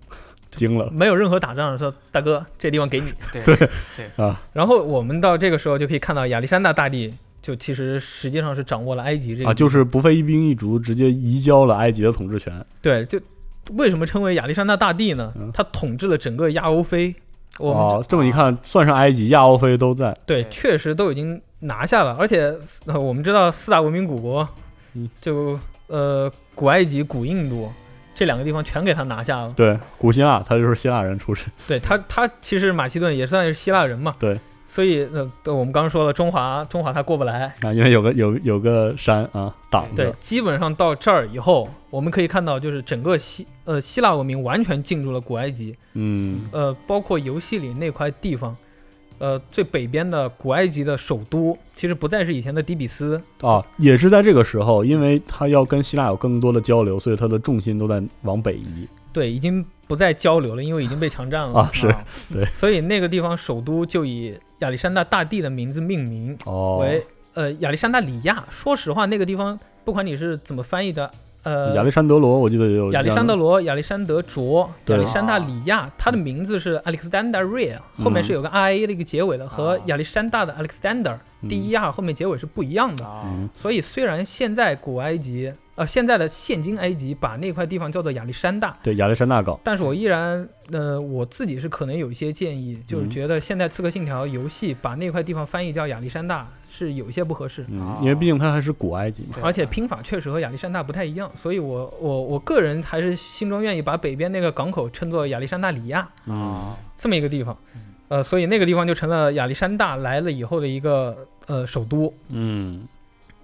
惊了。没有任何打仗，说大哥，这地方给你。 对对啊，然后我们到这个时候就可以看到亚历山大大帝。就其实实际上是掌握了埃及这个啊，地就方是不费一兵一卒，直接移交了埃及的统治权。对，就为什么称为亚历山大大帝呢？他统治了整个亚欧非，我们、嗯哦，这么一看，算上埃及、亚欧非都在。对确实都已经拿下了，而且、呃我们知道四大文明古国，嗯就呃古埃及、古印度这两个地方全给他拿下了。对，古希腊，他就是希腊人出身。 对他，他其实马其顿也算是希腊人嘛，嗯对，所以呃我们刚刚说了中华，中华他过不来，啊，因为有个有有个山啊挡对着，。基本上到这儿以后，我们可以看到，就是整个希呃希腊文明完全进入了古埃及，嗯，呃，包括游戏里那块地方，呃，最北边的古埃及的首都，其实不再是以前的底比斯，啊，也是在这个时候，因为他要跟希腊有更多的交流，所以他的重心都在往北移对，已经不再交流了，因为已经被强占了啊，是对，所以那个地方首都就以亚历山大大帝的名字命名，哦为呃亚历山大里亚。说实话，那个地方不管你是怎么翻译的，呃，亚历山德罗，我记得也有亚历这样山的德罗、亚历山德卓、对亚历山大里亚，他的名字是 Alexander Rea，嗯啊后面是有个 R A 的一个结尾的，和亚历山大的 Alexander 嗯 D E R 后面结尾是不一样的。嗯所以虽然现在古埃及，呃，现在的现今埃及把那块地方叫做亚历山大，对亚历山大港，但是我依然，呃，我自己是可能有一些建议，就是嗯觉得现在《刺客信条》游戏把那块地方翻译叫亚历山大是有一些不合适。嗯，因为毕竟他还是古埃及嘛，而且拼法确实和亚历山大不太一样，所以我我我个人还是心中愿意把北边那个港口称作亚历山大里亚嗯，这么一个地方，呃，所以那个地方就成了亚历山大来了以后的一个呃首都。嗯，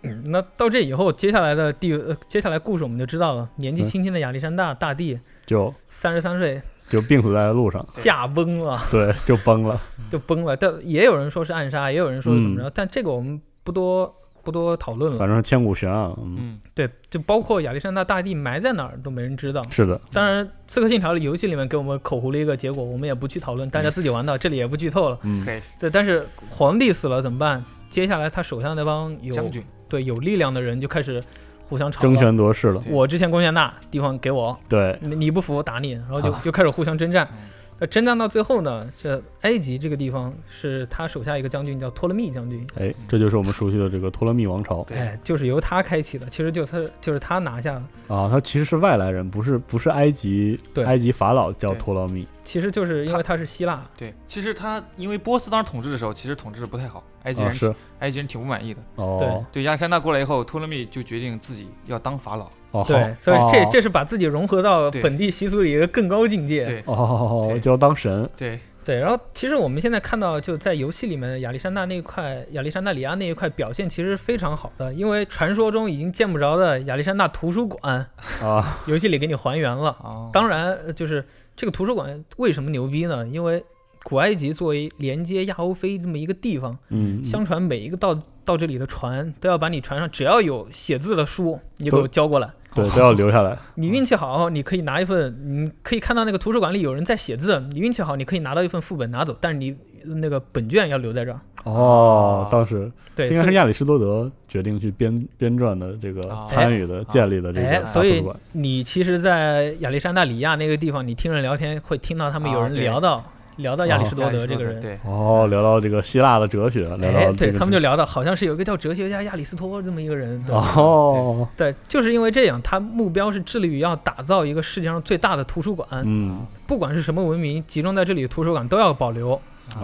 嗯，那到这以后，接下来的地、呃接下来故事我们就知道了。年嗯纪轻轻的亚历山大大帝，就三十三岁就病死在路上， 驾崩了，对，就崩了，就崩了。但也有人说是暗杀，也有人说是怎么着，但这个我们不多不多讨论了。嗯反正是千古悬案，嗯，对，就包括亚历山大大帝埋在哪儿都没人知道。是的，当然，《刺客信条》的游戏里面给我们口胡了一个结果，我们也不去讨论，大家自己玩到，这里也不剧透了。嗯可以对，但是皇帝死了怎么办？接下来他手下那帮有将军对有力量的人就开始互相吵了争权夺势了我之前攻下那地方给我，对你你不服我打你，然后就啊就开始互相征战。嗯呃，征战到最后呢，这埃及这个地方是他手下一个将军叫托勒密将军，哎，这就是我们熟悉的这个托勒密王朝，哎，就是由他开启的，其实就他就是他拿下的。啊，他其实是外来人，不是不是埃及，对埃及法老叫对托勒密，其实就是因为他是希腊，对，其实他因为波斯当时统治的时候，其实统治的不太好，埃及啊人、是埃及人挺不满意的。哦对，亚历山大过来以后，托勒密就决定自己要当法老。哦，对好，所以这哦这是把自己融合到对本地习俗里一个更高境界。哦，就要当神，对对，然后其实我们现在看到，就在游戏里面，亚历山大那一块，亚历山大里亚那一块表现其实非常好的，因为传说中已经见不着的亚历山大图书馆 啊，游戏里给你还啊原了。当然，呃就是这个图书馆为什么牛逼呢？因为古埃及作为连接亚欧非这么一个地方，嗯嗯相传每一个到到这里的船都要把你船上只要有写字的书，你就给都我交过来。对，嗯都要留 下来。你运气好，你可以拿一份，你可以看到那个图书馆里有人在写字，你运气好，你可以拿到一份副本拿走，但是你那个本卷要留在这儿。哦，当时对这应该所是以哦亚里士多德决定去编编撰的这个参与的建立的这个哎，大所图书以馆。你其实，在亚历山大里亚那个地方，你听人聊天会听到他们有人啊对聊到、聊到亚里士多哦德这个人，哦，聊到这个希腊的哲学，聊哎到，这对个他们就聊到，好像是有一个叫哲学家亚里斯托这么一个人。对哦，对，就是因为这样，他目标是致力于要打造一个世界上最大的图书馆。嗯，不管是什么文明集中在这里的图书馆都要保留，哦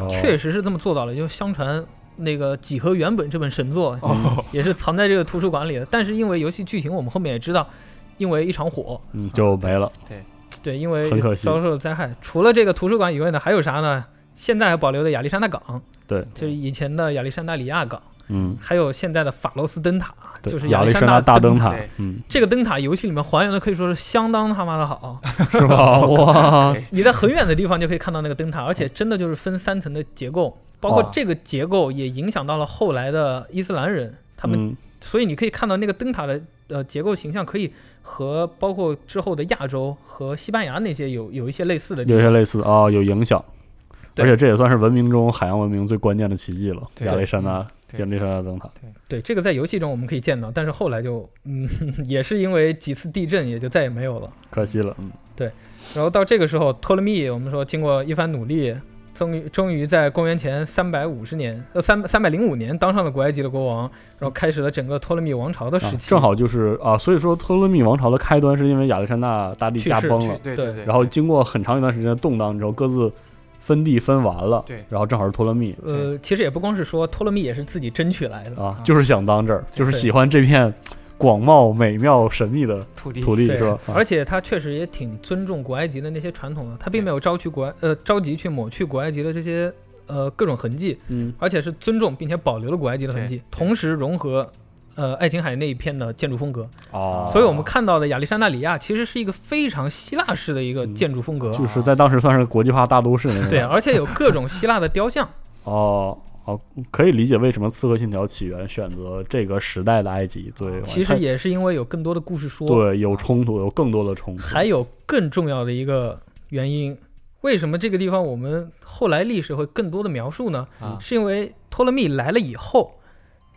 嗯确实是这么做到了。就相传那个《几何原本》这本神作、嗯哦也是藏在这个图书馆里的，但是因为游戏剧情，我们后面也知道，因为一场火，嗯就没了。对对，因为很可惜遭受了灾害。除了这个图书馆以外呢，还有啥呢？现在还保留的亚历山大港，对，就是以前的亚历山大里亚港，嗯，还有现在的法罗斯灯塔，对就是亚历山山大大灯灯塔对 嗯，这个灯塔游戏里面还原的可以说是相当他妈的好，是 吧哇你在很远的地方就可以看到那个灯塔，而且真的就是分三层的结构，包括哦这个结构也影响到了后来的伊斯兰人，他们，嗯所以你可以看到那个灯塔的呃结构形象可以和包括之后的亚洲和西班牙那些有有一些类似的地有方，些类似啊，有影响。对而且这也算是文明中海洋文明最关键的奇迹了，对亚历山大对亚历山大灯塔。对，这个在游戏中我们可以见到，但是后来就嗯， 也是因为几次地震，也就再也没有了。可惜了，嗯，对，然后到这个时候，托勒密，我们说经过一番努力，终于终于在公元前三百五十年，呃三三百零五年当上了古埃及的国王，然后开始了整个托勒密王朝的啊时期。正好就是啊，所以说托勒密王朝的开端是因为亚历山大大帝去驾世崩去了，对对对然后经过很长一段时间的动荡之后，各自分地分完了，对然后正好是托勒密呃，其实也不光是说托勒密也是自己争取来的啊，就是想当这儿，就是嗯对喜欢这片广袤美妙神秘的土地土地对是吧？啊而且他确实也挺尊重古埃及的那些传统的，他并没有着去古埃呃着急去抹去古埃及的这些呃各种痕迹，嗯，而且是尊重并且保留了古埃及的痕迹，同时融合呃爱琴海那一片的建筑风格。哦所以我们看到的亚历山大里亚其实是一个非常希腊式的一个建筑风格，嗯啊就是在当时算是国际化大都市那种，对，啊而且有各种希腊的 雕像。哦。好，可以理解为什么《刺客信条：起源》选择这个时代的埃及作为玩，其它实也是因为有更多的故事说，对有冲突，有更多的冲突，还有更重要的一个原因，为什么这个地方我们后来历史会更多的描述呢？啊是因为托勒密来了以后，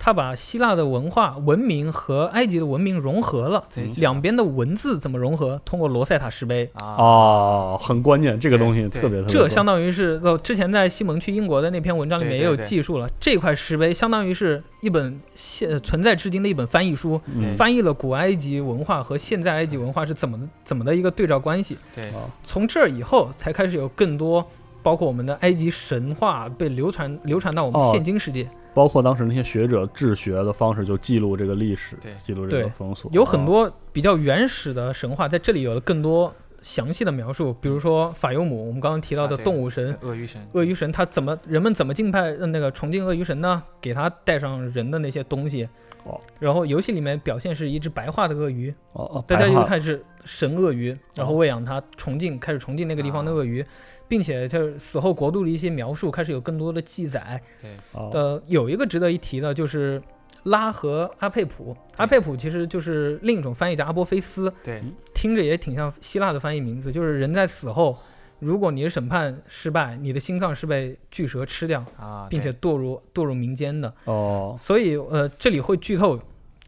他把希腊的文化文明和埃及的文明融合了，嗯两边的啊文字怎么融合？通过罗塞塔石碑啊哦，很关键，这个东西特别特别这关相当于是呃，之前在西蒙去英国的那篇文章里面对也有对对记述了，这块石碑相当于是一本现呃存在至今的一本翻译书，嗯翻译了古埃及文化和现在埃及文化是怎么怎么的一个对照关系。对，从这儿以后才开始有更多，包括我们的埃及神话被流传流传到我们哦现今世界。包括当时那些学者治学的方式，就记录这个历史，记录这对个风俗，有很啊多比较原始的神话在这里有了更多详细的描述，比如说法尤姆，我们刚刚提啊到的动物神、鳄鱼神，鳄鱼神他怎么人们怎么敬拜呃那个崇敬鳄鱼神呢？给他带上人的那些东西。哦。然后游戏里面表现是一只白化的鳄鱼。哦哦大家白就化哦开始神鳄鱼，然后喂养它，崇敬开始崇敬那个地方啊的鳄鱼，并且就是死后国度的一些描述开始有更多的记载。对哦呃，有一个值得一提的就是拉和阿佩普，阿佩普其实就是另一种翻译叫阿波菲斯，对，听着也挺像希腊的翻译名字，就是人在死后，如果你的审判失败，你的心脏是被巨蛇吃掉啊并且对堕入堕入民间的。哦，所以呃，这里会剧透，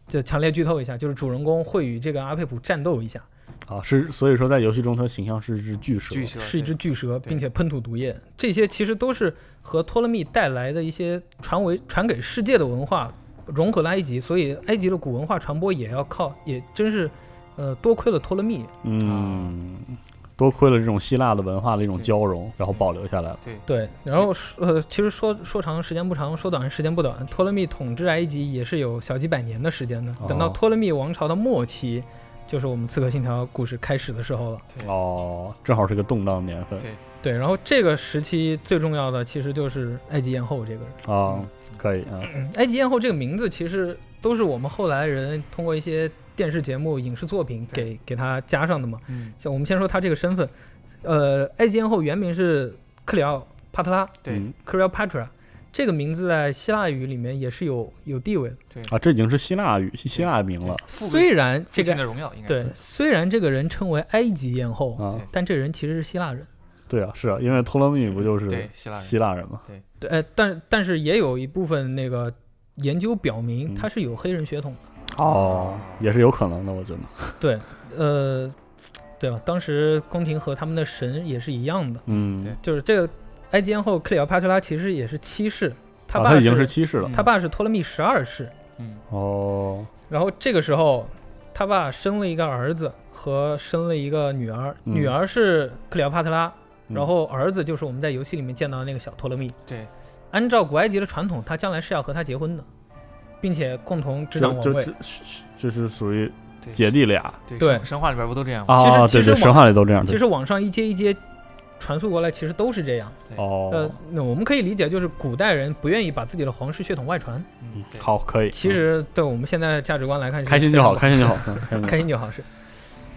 就强烈剧透一下，就是主人公会与这个阿佩普战斗一下，啊，是所以说在游戏中，它形象是一只巨蛇，巨蛇是一只巨蛇，并且喷吐毒液，这些其实都是和托勒密带来的一些传为传给世界的文化融合了埃及，所以埃及的古文化传播也要靠，也真是呃多亏了托勒密。嗯，多亏了这种希腊的文化的一种交融，然后保留下来了。对对，然后说呃，其实说说长时间不长，说短时间不短。托勒密统治埃及也是有小几百年的时间的。等到哦托勒密王朝的末期，就是我们《刺客信条》故事开始的时候了。哦，正好是个动荡年份。对对，然后这个时期最重要的其实就是埃及艳后这个人。啊、可以啊，埃及艳后这个名字其实都是我们后来人通过一些电视节目、影视作品给给他加上的嘛。嗯像我们先说他这个身份，呃，埃及艳后原名是克里奥帕特拉，对嗯，Cleopatra，这个名字在希腊语里面也是有有地位的。对啊，这已经是希腊语希腊名了。虽然这父个亲的荣耀应该对是，虽然这个人称为埃及艳后，啊但这个人其实是希腊人。对啊，是啊，因为托勒密不就对是希腊人希腊人嘛？对，对，呃，但但是也有一部分那个研究表明他是有黑人血统的。哦，也是有可能的，我觉得。对，呃，对吧？当时宫廷和他们的神也是一样的，嗯，就是这个埃及艳后克里奥帕特拉其实也是七世，她啊爸、她已经是七世了她爸是托勒密十二世。哦，然后这个时候，他爸生了一个儿子和生了一个女儿，嗯女儿是克里奥帕特拉，嗯然后儿子就是我们在游戏里面见到的那个小托勒密。对，按照古埃及的传统，他将来是要和他结婚的，并且共同执这掌王这位这。这是属于姐弟俩。对神神话里边不都这样吗？其实啊，其对实对，网神话里都这样。对其实网上一阶一阶传述过来，其实都是这样。哦，呃，那我们可以理解，就是古代人不愿意把自己的皇室血统外传。嗯嗯好，可以。其实，对我们现在价值观来看是嗯开心就 好非常开心就好嗯开心就好开心就好是。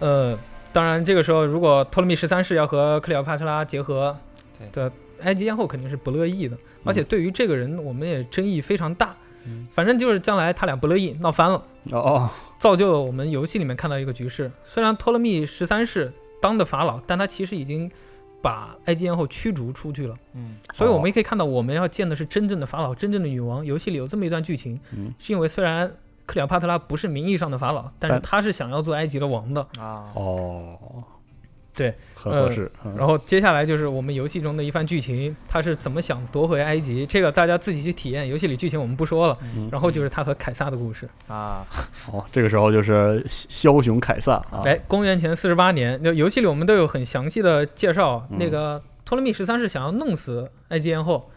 呃，当然，这个时候如果托勒密十三世要和克里奥帕特拉结合，对埃及艳后肯定是不乐意的，嗯而且对于这个人，我们也争议非常大。反正就是将来他俩不乐意，闹翻了，哦，造就了我们游戏里面看到一个局势。虽然托勒密十三世当的法老，但他其实已经把埃及艳后驱逐出去了。嗯，哦所以我们也可以看到，我们要见的是真正的法老，真正的女王。游戏里有这么一段剧情，嗯是因为虽然克里奥帕特拉不是名义上的法老，但是但她是想要做埃及的王嗯的。啊，哦，对，很呃合适嗯然后接下来就是我们游戏中的一番剧情，她是怎么想夺回埃及？这个大家自己去体验。游戏里剧情我们不说了，嗯然后就是她和凯撒的故事。啊，哦，这个时候就是枭雄凯撒啊。哎，公元前四十八年，就游戏里我们都有很详细的介绍。嗯那个托勒密十三世想要弄死埃及艳后，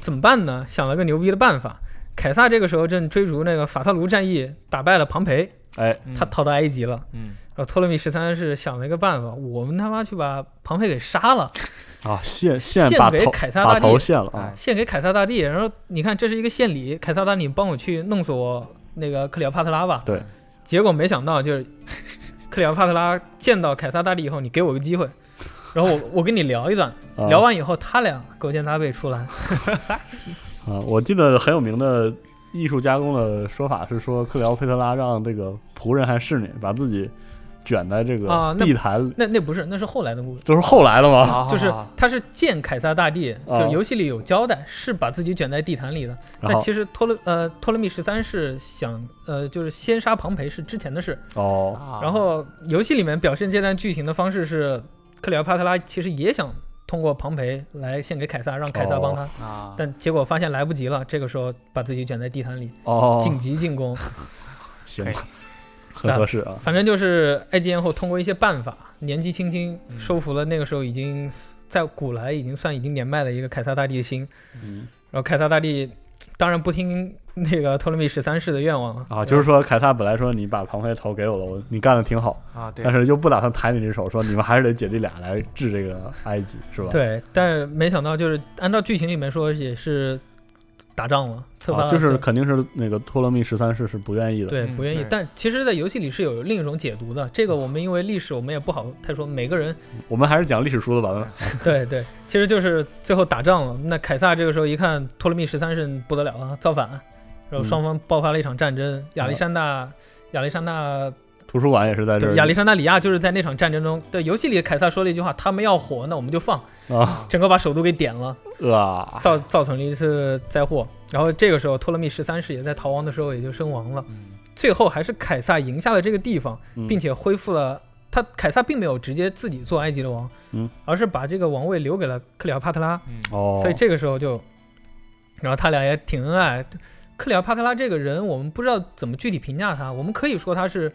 怎么办呢？想了个牛逼的办法。凯撒这个时候正追逐那个法特卢战役，打败了庞培，哎，他逃到埃及了。嗯，然后托勒密十三世想了一个办法，我们他妈去把庞培给杀了，啊，献献献把给头凯撒把大帝，头献了嗯哎啊。献给凯撒大帝。然后你看，这是一个献礼，凯撒大帝，你帮我去弄死我那个克里奥帕特拉吧。对，结果没想到就是克里奥帕特拉见到凯撒大帝以后，你给我个机会，然后我我跟你聊一段， 啊聊完以后他俩勾肩搭背出来，啊，我记得很有名的艺术加工的说法是说，克里奥佩特拉让这个仆人还侍女把自己卷在这啊个那地毯里，那那不是，那是后来的故事，都是后来了吗？啊就是他是见凯撒大帝，啊就是游戏里有交代，是把自己卷在地毯里的。然后但其实托勒呃托勒密十三世想呃就是先杀庞培是之前的事，哦，然后游戏里面表现这段剧情的方式是，克里奥帕特拉其实也想通过庞培来献给凯撒，让凯撒帮他，哦啊但结果发现来不及了，这个时候把自己卷在地毯里，哦紧急进攻，行可以，很合适啊。反正就是埃及艳后通过一些办法，年纪轻轻收服了那个时候已经在古来已经算已经年迈的一个凯撒大帝的心，嗯然后凯撒大帝当然不听那个托勒密十三世的愿望了啊，就是说凯撒本来说你把庞培头给我了，我你干的挺好啊对但是又不打算抬你这手，说你们还是得姐弟俩来治这个埃及，是吧？对，但是没想到就是按照剧情里面说，也是打仗了，策反、啊，就是肯定是那个托勒密十三世是不愿意的，对不愿意。但其实，在游戏里是有另一种解读的，这个我们因为历史我们也不好太说，每个人我们还是讲历史书的版本。对对，其实就是最后打仗了。那凯撒这个时候一看托勒密十三世不得了啊，造反，然后双方爆发了一场战争，亚历山大亚历山大图书馆也是在这对，儿，亚历山大里亚就是在那场战争中，对游戏里凯撒说了一句话：“他们要火，那我们就放。”啊，整个把首都给点了，啊，造造成了一次灾祸。然后这个时候，托勒密十三世也在逃亡的时候也就身亡了。最后还是凯撒赢下了这个地方，嗯并且恢复了他。凯撒并没有直接自己做埃及的王，嗯，而是把这个王位留给了克里奥帕特拉。哦，所以这个时候就，然后他俩也挺恩爱。克里奥帕特拉这个人，我们不知道怎么具体评价他，我们可以说他是，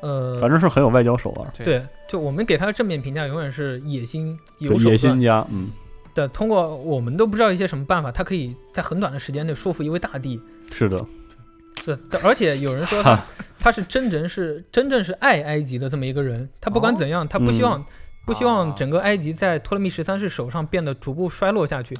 呃，反正是很有外交手腕，对，就我们给他的正面评价永远是野心对，有野手段心家，嗯，对，通过我们都不知道一些什么办法，他可以在很短的时间内说服一位大帝。是的，，是，但而且有人说他 他是真正是真正是爱埃及的这么一个人，他不管怎样，他不希望、哦嗯不希望整个埃及在托勒密十三世手上变得逐步衰落下去。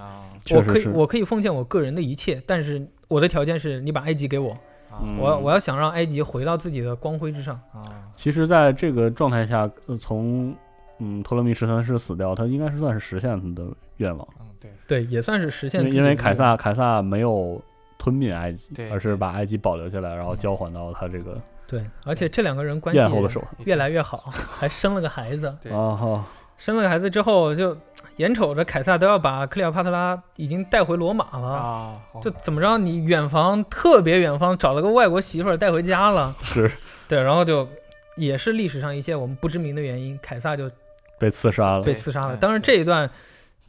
确啊我实可以是我可以奉献我个人的一切，但是我的条件是你把埃及给我，嗯我我要想让埃及回到自己的光辉之上。啊其实，在这个状态下，呃从嗯托勒密十三世死掉，他应该是算是实现他的愿望，嗯对，也算是实现因为自己因为的凯撒凯撒没有吞并埃及对，而是把埃及保留下来，然后交还到他这个对，而且这两个人关系咽喉的手越来越好，还生了个孩子。啊哈生了个孩子之后，就眼瞅着凯撒都要把克里奥帕特拉已经带回罗马了啊，就怎么着，你远房特别远房找了个外国媳妇儿带回家了， 是对，然后就也是历史上一些我们不知名的原因，凯撒就被刺杀了，被刺杀了。当然这一段。哎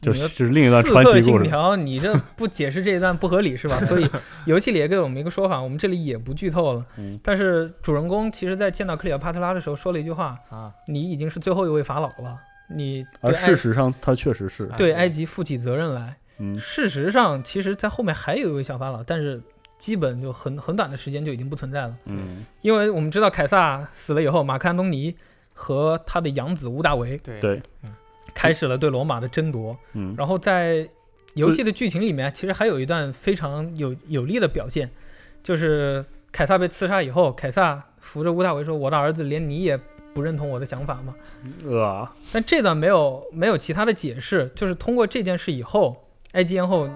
就你说是另一段传奇故事刺客信条，你这不解释这一段不合理是吧？所以游戏里也给我们一个说法，我们这里也不剧透了。嗯但是主人公其实在见到克里奥帕特拉的时候说了一句话：啊，你已经是最后一位法老了，你而对事埃实上他确实是对埃及负起责任来。嗯事实上，其实，在后面还有一位小法老，但是基本就很很短的时间就已经不存在了。嗯，因为我们知道凯撒死了以后，马克安东尼和他的养子乌大维对对，开始了对罗马的争夺。嗯然后在游戏的剧情里面，其实还有一段非常有有力的表现，就是凯撒被刺杀以后，凯撒扶着乌大维说：“我的儿子，连你也不认同我的想法吗？”呃，但这段没有没有其他的解释，就是通过这件事以后，埃及艳后，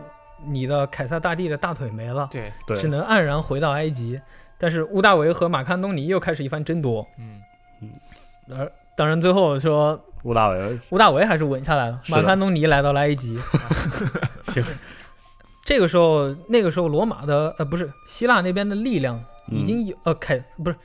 你的凯撒大帝的大腿没了，对对只能黯然回到埃及。但是乌大维和马克安东尼又开始一番争夺，嗯嗯，而当然最后说乌大维乌大维还是稳下来了，是的马克安东尼来到了埃及。 行，这个时候，那个时候罗马的呃不是希腊那边的力量已经嗯有、呃凯不是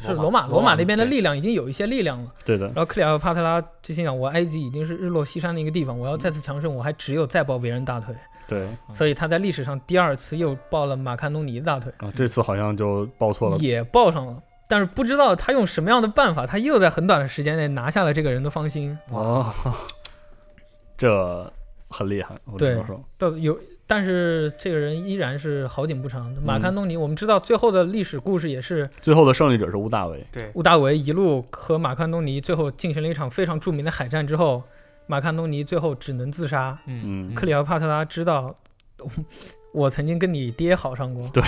是罗马罗马那边的力量已经有一些力量了。对的然后克里奥帕特拉就心想，我埃及已经是日落西山的一个地方，我要再嗯次强盛，我还只有再抱别人大腿。对 所以他在历史上第二次又抱了马克安东尼的大腿，啊，这次好像就报错了，也抱上了。但是不知道他用什么样的办法，他又在很短的时间内拿下了这个人的芳心。哦， 这很厉害，我只对能说，，到有，但是这个人依然是好景不长。马嗯克安东尼，我们知道最后的历史故事也是最后的胜利者是乌大维，对乌大维一路和马克安东尼最后进行了一场非常著名的海战之后，马克安东尼最后只能自杀。嗯克里奥帕特拉知道，我我曾经跟你爹好上过。对，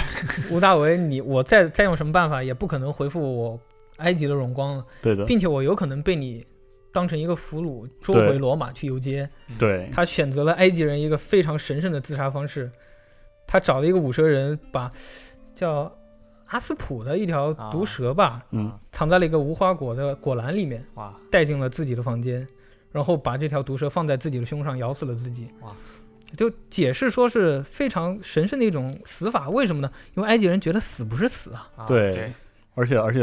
乌大维，你我再再用什么办法也不可能回复我埃及的荣光了，对的，并且我有可能被你当成一个俘虏捉对回罗马去游街。对他选择了埃及人一个非常神圣的自杀方式，他找了一个捕蛇人，把叫阿斯普的一条毒蛇吧，嗯藏在了一个无花果的果篮里面，哇，带进了自己的房间，然后把这条毒蛇放在自己的胸上，咬死了自己。哇，就解释说是非常神圣的一种死法，为什么呢？因为埃及人觉得死不是死啊。对，而且而且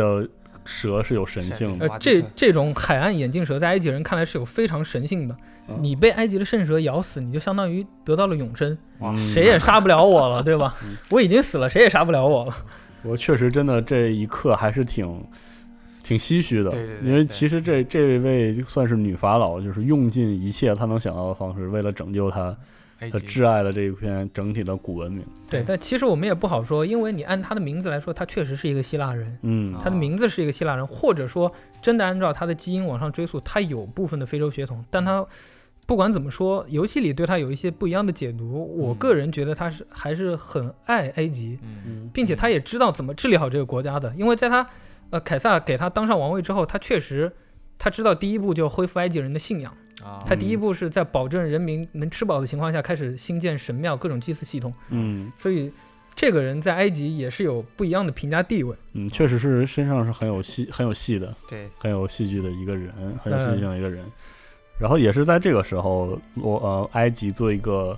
蛇是有神性呃的，，这这种海岸眼镜蛇在埃及人看来是有非常神性的。你被埃及的圣蛇咬死，你就相当于得到了永生，哇谁也杀不了我 了，对吧？我已经死了，谁也杀不了我了。我确实真的这一刻还是挺挺唏嘘的，对对对因为其实这这位算是女法老，就是用尽一切她能想到的方式，为了拯救她埃她及挚爱的这一片整体的古文明，对，但其实我们也不好说，因为你按他的名字来说，他确实是一个希腊人，嗯啊他的名字是一个希腊人，或者说真的按照他的基因往上追溯，他有部分的非洲血统，但他不管怎么说，游戏里对他有一些不一样的解读。我个人觉得他是还是很爱埃及，嗯并且他也知道怎么治理好这个国家的，因为在他呃凯撒给他当上王位之后，他确实他知道第一步就恢复埃及人的信仰。嗯啊他第一步是在保证人民能吃饱的情况下，开始兴建神庙、各种祭祀系统。嗯所以这个人在埃及也是有不一样的评价地位。嗯，确实是身上是很有戏很有戏的，对，很有戏剧的一个人，很有戏剧性的一个人。然后也是在这个时候，罗呃埃及作为一个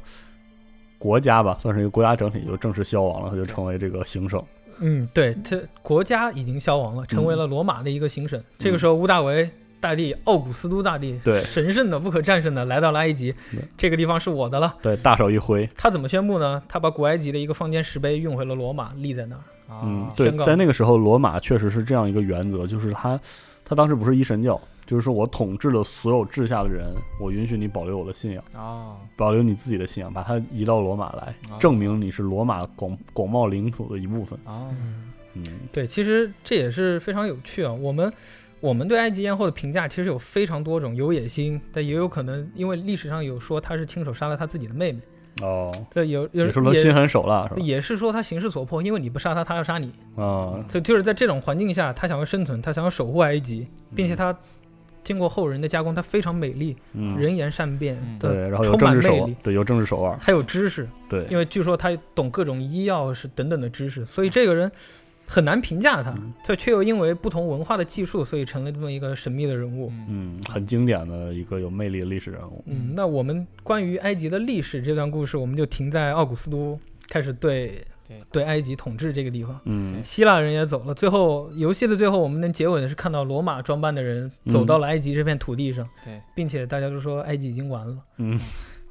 国家吧，算是一个国家整体就正式消亡了，它就成为这个行省。嗯，对，这国家已经消亡了，嗯成为了罗马的一个行省。这个时候，乌大维大帝、奥古斯都大帝，对神圣的、不可战胜的，来到了埃及对，这个地方是我的了。对，大手一挥，他怎么宣布呢？他把古埃及的一个方尖石碑运回了罗马，立在那儿。啊嗯，对啊宣，告在那个时候，罗马确实是这样一个原则，就是他他当时不是一神教，就是说我统治了所有治下的人，我允许你保留我的信仰，哦，保留你自己的信仰，把它移到罗马来啊哦，证明你是罗马广广袤领土的一部分。嗯哦，对，其实这也是非常有趣啊。我们我们对埃及艳后的评价其实有非常多种，有野心，但也有可能因为历史上有说她是亲手杀了她自己的妹妹，哦，这有有你说他也心狠手辣是吧？也是说她形势所迫，因为你不杀她，她要杀你。啊，所以就是在这种环境下，她想要生存，她想要守护埃及，并且她经过后人的加工，她非常美丽，嗯人言善辩，对，然后有充政满治手魅腕力，，对，有政治手腕，还有知识，对因为据说他懂各种医药是等等的知识，所以这个人很难评价他，嗯他却又因为不同文化的技术，所以成了这么一个神秘的人物。嗯，很经典的一个有魅力的历史人物。嗯，那我们关于埃及的历史这段故事，我们就停在奥古斯都开始对对埃及统治这个地方。嗯希腊人也走了，最后游戏的最后，我们能结尾的是看到罗马装扮的人嗯走到了埃及这片土地上，对，并且大家都说埃及已经完了。嗯，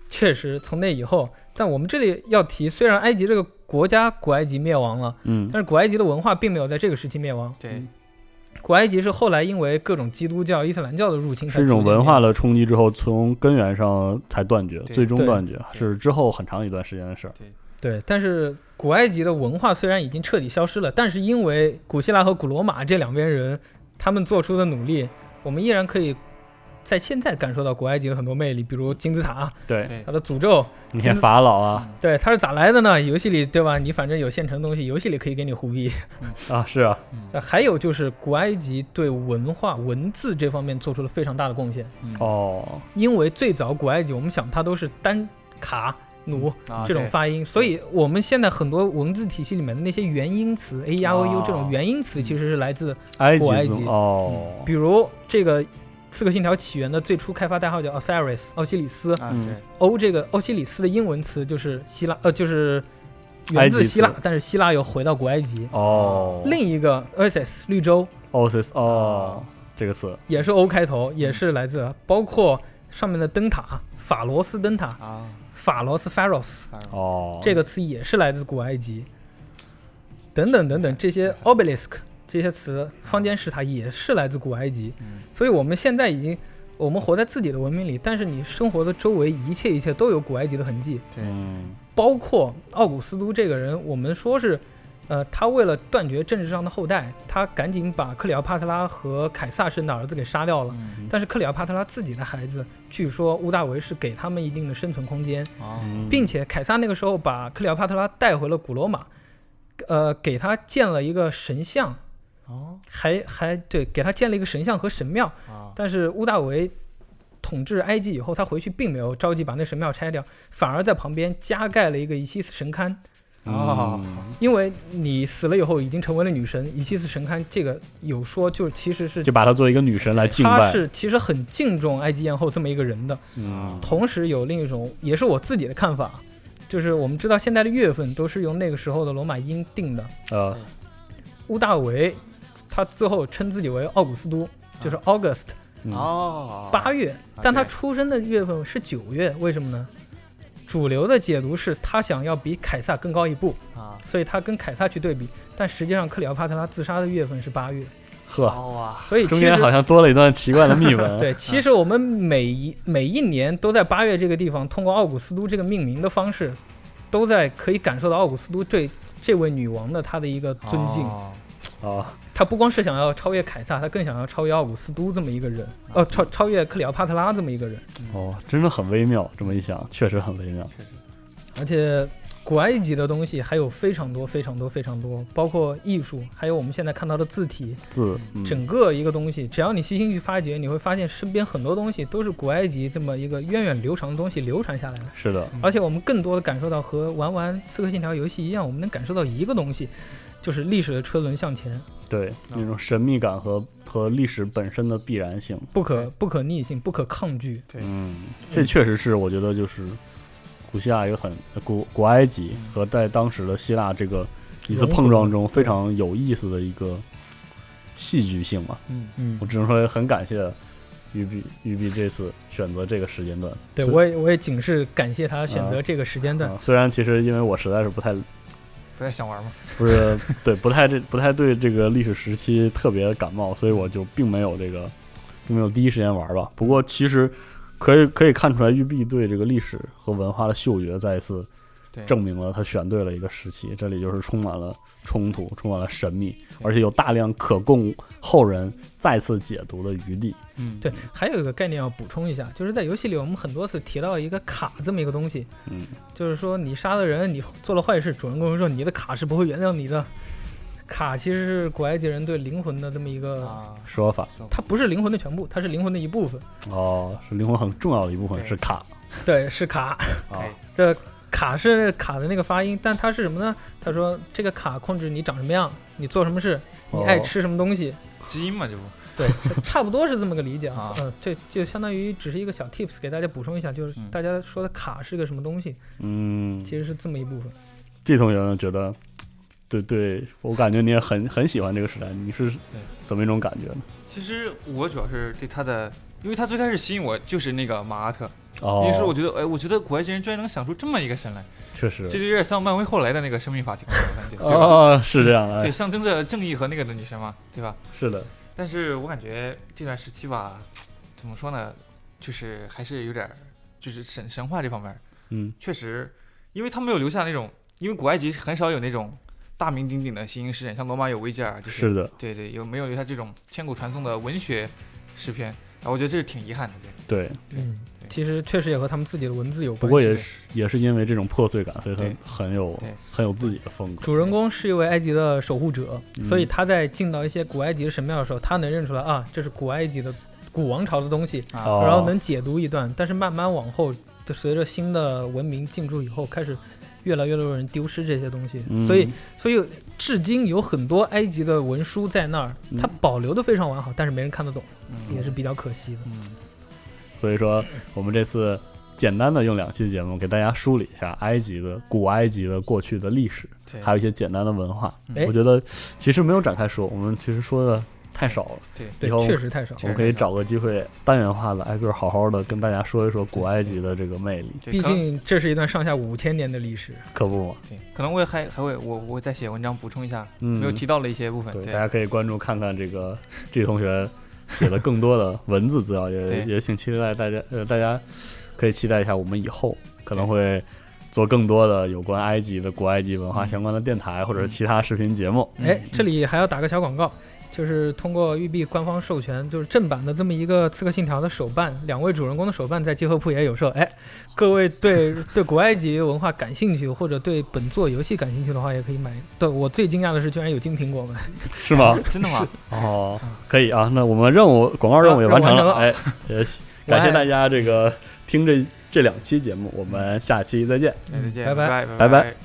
确实，从那以后，但我们这里要提，虽然埃及这个国家古埃及灭亡了，嗯但是古埃及的文化并没有在这个时期灭亡。对，古埃及是后来因为各种基督教、伊斯兰教的入侵才是一种逐渐文灭化的冲击之后，从根源上才断绝，对最终对断绝是之后很长一段时间的事儿。对，但是古埃及的文化虽然已经彻底消失了，但是因为古希腊和古罗马这两边人他们做出的努力，我们依然可以在现在感受到古埃及的很多魅力，比如金字塔，对，它的诅咒，你金看字法老啊对，它是咋来的呢？游戏里对吧？你反正有现成的东西，游戏里可以给你胡逼。啊是啊，呃还有就是古埃及对文化文字这方面做出了非常大的贡献，哦，因为最早古埃及我们想它都是单卡努、啊这种对发音，所以我们现在很多文字体系里面的那些元音词 a e i o u 哦这种元音词其实是来自埃古埃及及嗯族哦，比如这个《刺客信条：起源》的最初开发代号叫 Osiris 奥西里斯，啊嗯对欧这个欧西里斯的英文词就是希腊，呃，就是源埃自及词希腊，但是希腊又回到古埃及。哦另一个 Ursus 绿洲 Oasis 哦这个词，也是 O 开头，也是来自包括上面的灯塔法罗斯灯塔啊，法罗斯 Pharos 哦这个词也是来自古埃及，等等等等这些 obelisk 这些词，方尖石塔也是来自古埃及，所以我们现在已经。我们活在自己的文明里，但是你生活的周围一切一切都有古埃及的痕迹。对，嗯包括奥古斯都这个人，我们说是，呃，他为了断绝政治上的后代，他赶紧把克里奥帕特拉和凯撒生的儿子给杀掉了。但是克里奥帕特拉自己的孩子，据说乌大维是给他们一定的生存空间，哦并且凯撒那个时候把克里奥帕特拉带回了古罗马，呃，给他建了一个神像，嗯哦，还还对，给他建了一个神像和神庙。啊但是乌大维统治埃及以后，他回去并没有着急把那神庙拆掉，反而在旁边加盖了一个伊西斯神龛。嗯哦因为你死了以后已经成为了女神，伊西斯神龛这个有说就是其实是就把她作为一个女神来敬他拜，是其实很敬重埃及艳后这么一个人的。嗯同时有另一种也是我自己的看法，就是我们知道现在的月份都是用那个时候的罗马音定的。呃乌大维他最后称自己为奥古斯都，就是 August。嗯哦，八月，但他出生的月份是九月，为什么呢？主流的解读是他想要比凯撒更高一步啊，所以他跟凯撒去对比，但实际上克里奥帕特拉自杀的月份是八月，哦呵， 所以中其间实好像多了一段奇怪的秘闻， 对，其实我们每一每一年都在八月这个地方，通过奥古斯都这个命名的方式，都在可以感受到奥古斯都对这位女王的她的一个尊敬。哦哦，他不光是想要超越凯撒，他更想要超越奥古斯都这么一个人，呃，超超越克里奥帕特拉这么一个人。哦，真的很微妙，这么一想，确实很微妙。而且古埃及的东西还有非常多、非常多、非常多，包括艺术，还有我们现在看到的字体，字嗯整个一个东西，只要你细心去发掘，你会发现身边很多东西都是古埃及这么一个源远流长的东西流传下来的。是的，而且我们更多的感受到和玩玩《刺客信条》游戏一样，我们能感受到一个东嗯西，就是历史的车轮向前，对那种神秘感和和历史本身的必然性。不可不可逆性，不可抗拒。对嗯，这确实是我觉得就是古希腊一个很古古埃及和在当时的希腊这个一次碰撞中非常有意思的一个戏剧性嘛。嗯嗯我只能说很感谢育碧育碧这次选择这个时间段。对，虽我也我也仅是感谢他选择这个时间段。啊虽然其实因为我实在是不太不太想玩吗？不是 对，不太这不太对这个历史时期特别感冒，所以我就并没有这个，并没有第一时间玩吧。不过其实可以可以看出来，育碧对这个历史和文化的嗅觉再一次对证明了他选对了一个时期。这里就是充满了 冲突，充满了神秘，而且有大量可供后人再次解读的余地。嗯，对，还有一个概念要补充一下，就是在游戏里我们很多次提到一个卡这么一个东西，嗯，就是说你杀了人，你做了坏事，主人公说你的卡是不会原谅你的。卡其实是古埃及人对灵魂的这么一个，啊啊说法它不是灵魂的全部，它是灵魂的一部分。哦，是灵魂很重要的一部分，是卡对，是卡。啊，这卡是卡的那个发音，但它是什么呢？他说这个卡控制你长什么样，你做什么事，哦你爱吃什么 东西，基因嘛，就对，差不多是这么个理解啊。嗯，这就相当于只是一个小 tips，给大家补充一下，就是大家说的卡是个什么东西，嗯，其实是这么一部分。这同学呢觉得，对对，我感觉你也很很喜欢这个时代，你是怎么一种感觉呢？其实我主要是对他的，因为他最开始吸引我就是那个马阿特，哦于是我觉得，哎，我觉得古埃及人居然能想出这么一个神来，确实这就有点像漫威后来的那个生命法庭了，我感觉，对吧？哦，是这样的，对，哎象征着正义和那个的女神嘛，对吧？是的。但是我感觉这段时期吧，怎么说呢，就是还是有点儿，就是神神话这方面儿，嗯确实，因为他没有留下那种，因为古埃及很少有那种大名鼎鼎的行星诗人，像罗马有维吉尔，就是是的对对，有没有留下这种千古传颂的文学诗篇？啊，我觉得这是挺遗憾的。对对，嗯，其实确实也和他们自己的文字有关系。不过也是也是因为这种破碎感，所以对很很有很有自己的风格。主人公是一位埃及的守护者，嗯所以他在进到一些古埃及的神庙的时候，他能认出来啊，这是古埃及的古王朝的东西，啊然后能解读一段。但是慢慢往后，就随着新的文明进驻以后，开始越来越多人丢失这些东西，嗯所以所以至今有很多埃及的文书在那儿，嗯它保留的非常完好，但是没人看得懂，哦嗯也是比较可惜的。所以说，我们这次简单的用两期节目给大家梳理一下埃及的古埃及的过去的历史对，还有一些简单的文化嗯。我觉得其实没有展开说，我们其实说的太少了。对以后对确实太少我们可以找个机会单元化的挨个好好的跟大家说一说古埃及的这个魅力。毕竟这是一段上下五千年的历史。可不嘛，可能我也还还会我我再写文章补充一下，嗯没有提到的一些部分。对，大对，家可以关注看看这个这同学写的更多的文字资料，也对？也挺期待大家呃大家可以期待一下，我们以后可能会做更多的有关埃及的古埃及文化相关的电台或者是其他视频节目。哎，这里还要打个小广告，就是通过育碧官方授权，就是正版的这么一个《刺客信条》的手办，两位主人公的手办在集合铺也有售。哎，各位对对古埃及文化感兴趣，或者对本作游戏感兴趣的话，也可以买。对我最惊讶的是，居然有金苹果卖。是吗真 的吗？哦，可以啊，那我们任务广告任务也完成了，完哎，也感谢大家这个听这这两期节目，我们下期再见，再见，嗯拜拜拜拜拜。